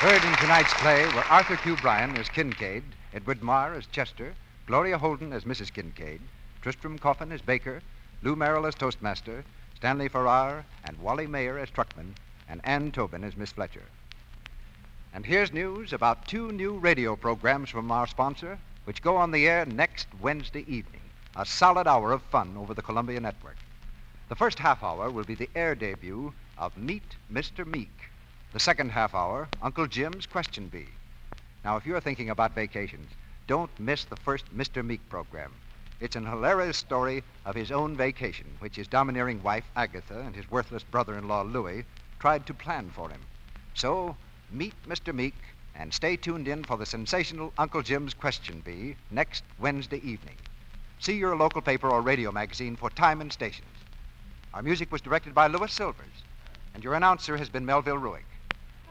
Speaker 12: Heard in tonight's play were Arthur Q. Bryan as Kincaid, Edward Marr as Chester, Gloria Holden as Mrs. Kincaid, Tristram Coffin as Baker, Lou Merrill as Toastmaster, Stanley Farrar and Wally Mayer as Truckman, and Ann Tobin as Miss Fletcher. And here's news about two new radio programs from our sponsor, which go on the air next Wednesday evening. A solid hour of fun over the Columbia Network. The first half hour will be the air debut of Meet Mr. Meek. The second half hour, Uncle Jim's Question Bee. Now, if you're thinking about vacations, don't miss the first Mr. Meek program. It's an hilarious story of his own vacation, which his domineering wife, Agatha, and his worthless brother in law, Louis, tried to plan for him. So, meet Mr. Meek and stay tuned in for the sensational Uncle Jim's Question Bee next Wednesday evening. See your local paper or radio magazine for time and stations. Our music was directed by Louis Silvers, and your announcer has been Melville Ruick.